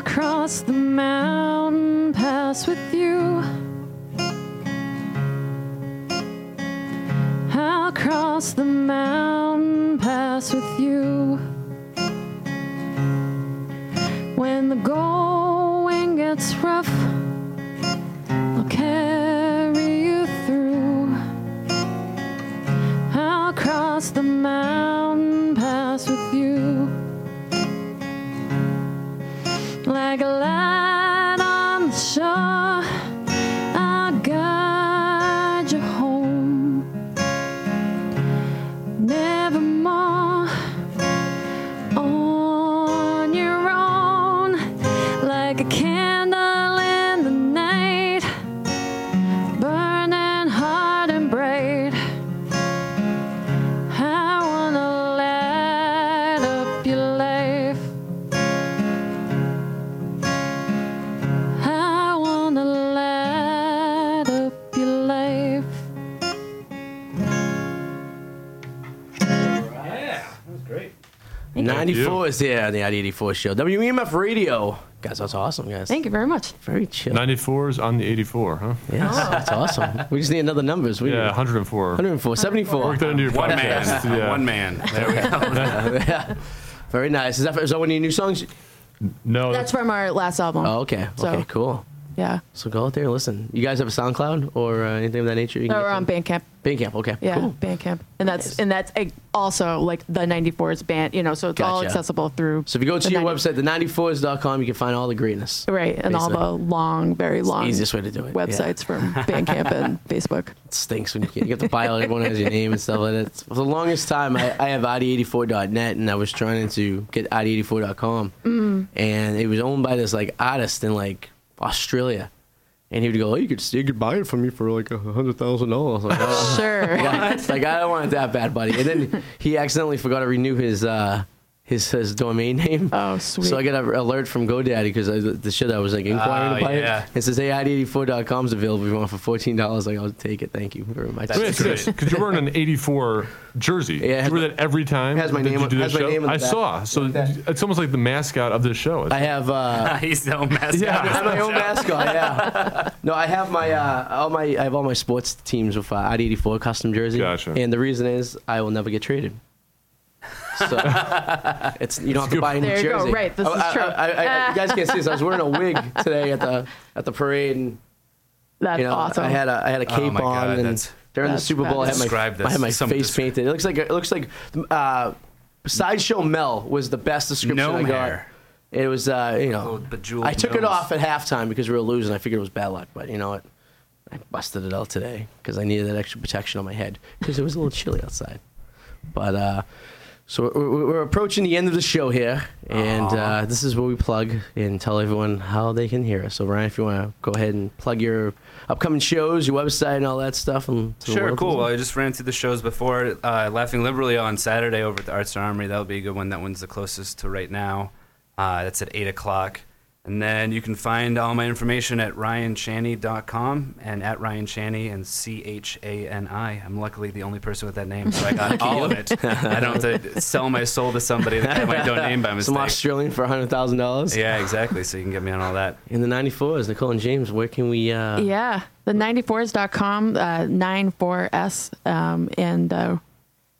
cross the mountain pass with you. I'll cross the mountain pass with you. When the going gets rough, I'll carry you through. I'll cross the mountain pass with you like a light on the shore. I'll guide you home. Nevermore on your own, like a candle in the night, burning hard and bright. I wanna light up your life. I wanna light up your life. you. 94 is here on the ID84 show. WEMF Radio. Guys, that's awesome, guys. Thank you very much. Very chill. 94 is on the 84, huh? Yes, Oh, that's awesome. We just need another number. It's weird. Yeah, 104. 104, 74. Work that into your One podcast. man. Yeah. One man. There we go. yeah. Very nice. Is that, is that one of your new songs? No, That's from our last album. Oh, okay. So- Okay, cool. Yeah. So go out there and listen. You guys have a SoundCloud or uh, anything of that nature? You No, get we're on from? Bandcamp. Bandcamp. Okay, Yeah, cool. Bandcamp. And that's Nice. and that's uh, also like the 94s band, you know, so it's all Gottcha. accessible through So if you go to the your 90 website, the94s.com, you can find all the greatness. Right, and all the Basically. long, very long easiest way to do it, yeah. Websites from Bandcamp and Facebook. It stinks when you, can't, you have to buy all everyone has your name and stuff like that. For the longest time, I, I have ID84.net and I was trying to get ID84.com. Mm. And it was owned by this like artist in like Australia. And he would go, oh, you could, you could buy it from me for like a $100,000. Like, oh. Sure. It's like I don't want it that bad, buddy. And then he accidentally forgot to renew his uh, his his domain name. Oh, sweet. So I got an alert from GoDaddy because the shit I was like inquiring Oh, about yeah. it. It says hey, id84.com is available if you want for fourteen dollars. Like I'll take it, thank you very much. That's- Let me ask you this, because you were in an '84 jersey. it Yeah, has you wear my- that every time. it has my Did name you on- do has this my show? name on the I back. saw. So it's almost like the mascot of this show. I have uh, He's so messed Yeah. up. I have my own mascot. Yeah. No, I have my uh, all my I have all my sports teams with uh, ID84 custom jersey. Gotcha. And the reason is I will never get traded. So it's you don't have to buy a new There you jersey. go. Right, this I- is I- true. I, I- you guys can't see this. I was wearing a wig today at the at the parade, and That's you know awesome. I had a I had a cape Oh my on, God, and that's- during the That's Super Bowl I had fabulous. my Describe I had my this. Some face descri- painted. It looks like it looks like uh, sideshow Mel was the best description Gnome I got. hair. It was uh, you know Little bejeweled I took it nose. off at halftime because we were losing. I figured it was bad luck, but you know what? I busted it out today because I needed that extra protection on my head because it was a little chilly outside. But uh, so we're, we're approaching the end of the show here, and uh, this is where we plug and tell everyone how they can hear us. So Ryan, if you want to go ahead and plug your upcoming shows, your website, and all that stuff, and to the Sure, world. cool. Well, I just ran through the shows before. Uh, Laughing Liberally on Saturday over at the Arts and Armory. That would be a good one. That one's the closest to right now. Uh, that's at 8 o'clock. And then you can find all my information at ryanshani.com and at Ryan Shani and C H A N I. I'm luckily the only person with that name, so I got all of it. I don't have to sell my soul to somebody that had my domain by Some mistake. Australian for hundred thousand dollars. Yeah, exactly. So you can get me on all that. In the '94s, Nicole and James, where can we? Uh, yeah, the 94s.com, uh, 94s, um, and uh,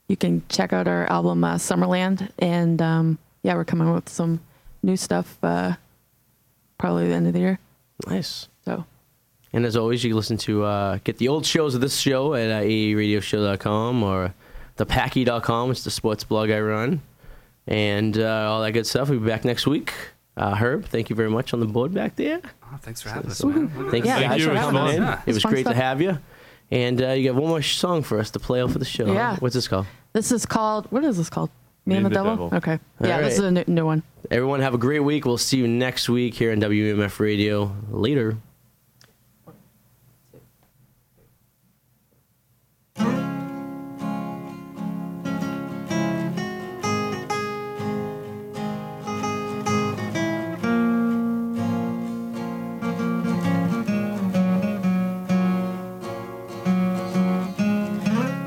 you can check out our album uh, Summerland. And um, yeah, we're coming with some new stuff uh, probably the end of the year. Nice. So And as always, you can listen to uh, get the old shows of this show at uh, aeradioshow.com or thepacky.com. It's the sports blog I run. And uh, all that good stuff. We'll be back next week. Uh, Herb, thank you very much on the board back there. Oh, thanks for having us, man. Look at Thank Yeah, you thank guys you. for It was coming fun. in. Yeah. It was Fun great to stuff. have you. And uh, you got one more sh- song for us to play out for the show. Yeah. What's this called? this is called, what is this called? Me, and the, devil? Okay. yeah, All this is right. a new, new one. Everyone have a great week. We'll see you next week here on WMF Radio. Later.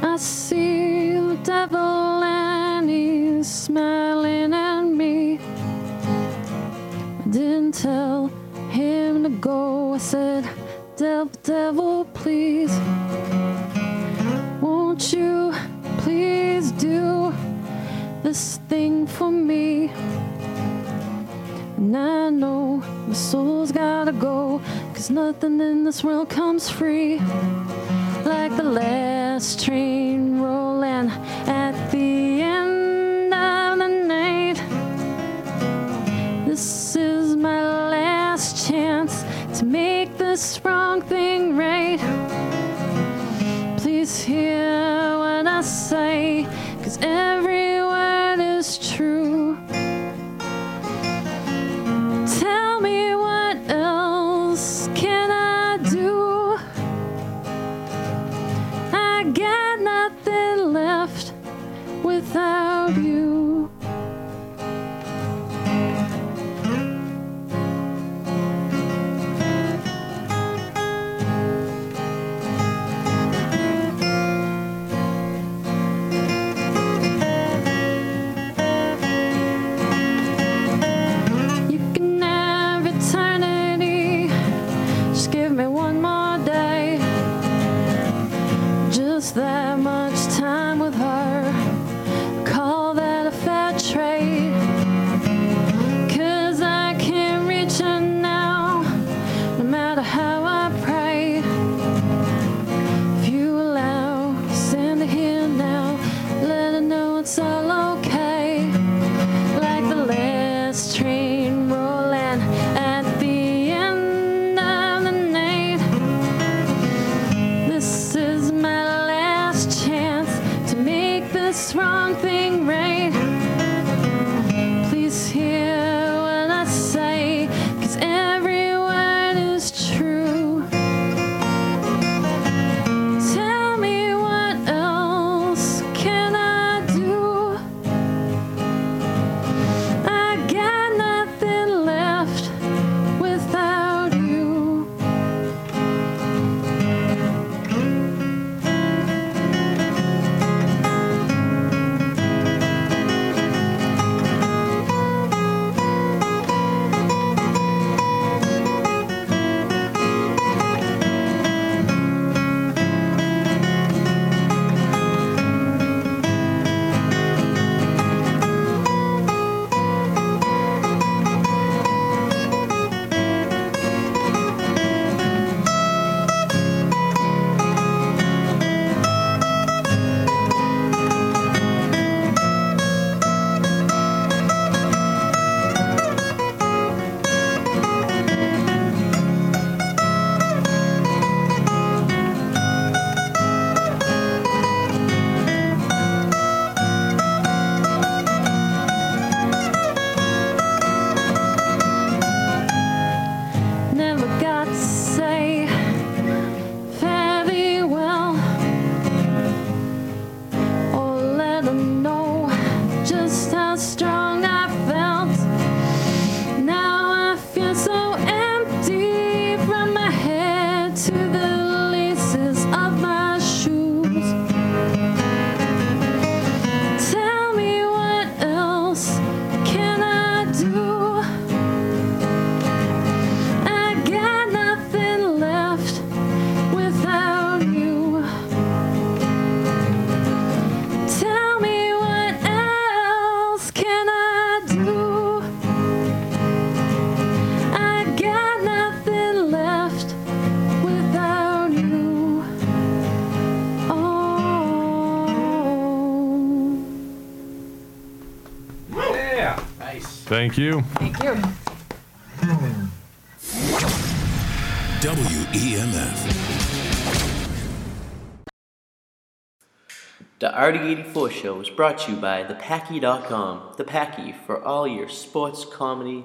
I see the devil and he's smiling at me. I didn't tell tell him to go. I said, Devil, devil, please. Won't you please do this thing for me? And I know my soul's gotta go, cause nothing in this world comes free. Like the last train rolling at the end of the night. This is my last chance to make this wrong thing right. Please hear what I say, cause every word is true. Tell me what else can I do? I got nothing left without you. You can have eternity. Just give me one more day. Just that much time with her. Call that a fair trade. Cause I can't reach her now, no matter how I pray. If you allow, send her here now. Let her know it's all okay like the last train rolling at the end of the night. This is my last chance to make this wrong thing right. Please hear what I say, cause every word is true. Tell me what else can I do? I got nothing left without you. Never got to say fare thee well. Or let 'em know just how strong I felt. Now I feel so empty from my head to the laces of my shoes. Tell me what else can I do? I got nothing left without you. Tell me what else can I do? I got nothing left without you. Oh. Thank you. Thank you. WEMF. The RD84 Show is brought to you by thepacky.com, the Packy for all your sports, comedy,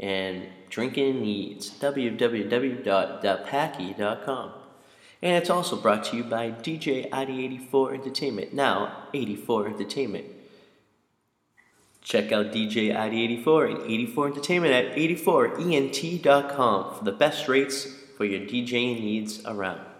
and drinking needs. www.thepacky.com. And it's also brought to you by DJ ID84 Entertainment, now 84 Entertainment. Check out DJ ID84 and 84 Entertainment E at 84ent.com for the best rates for your DJing needs around.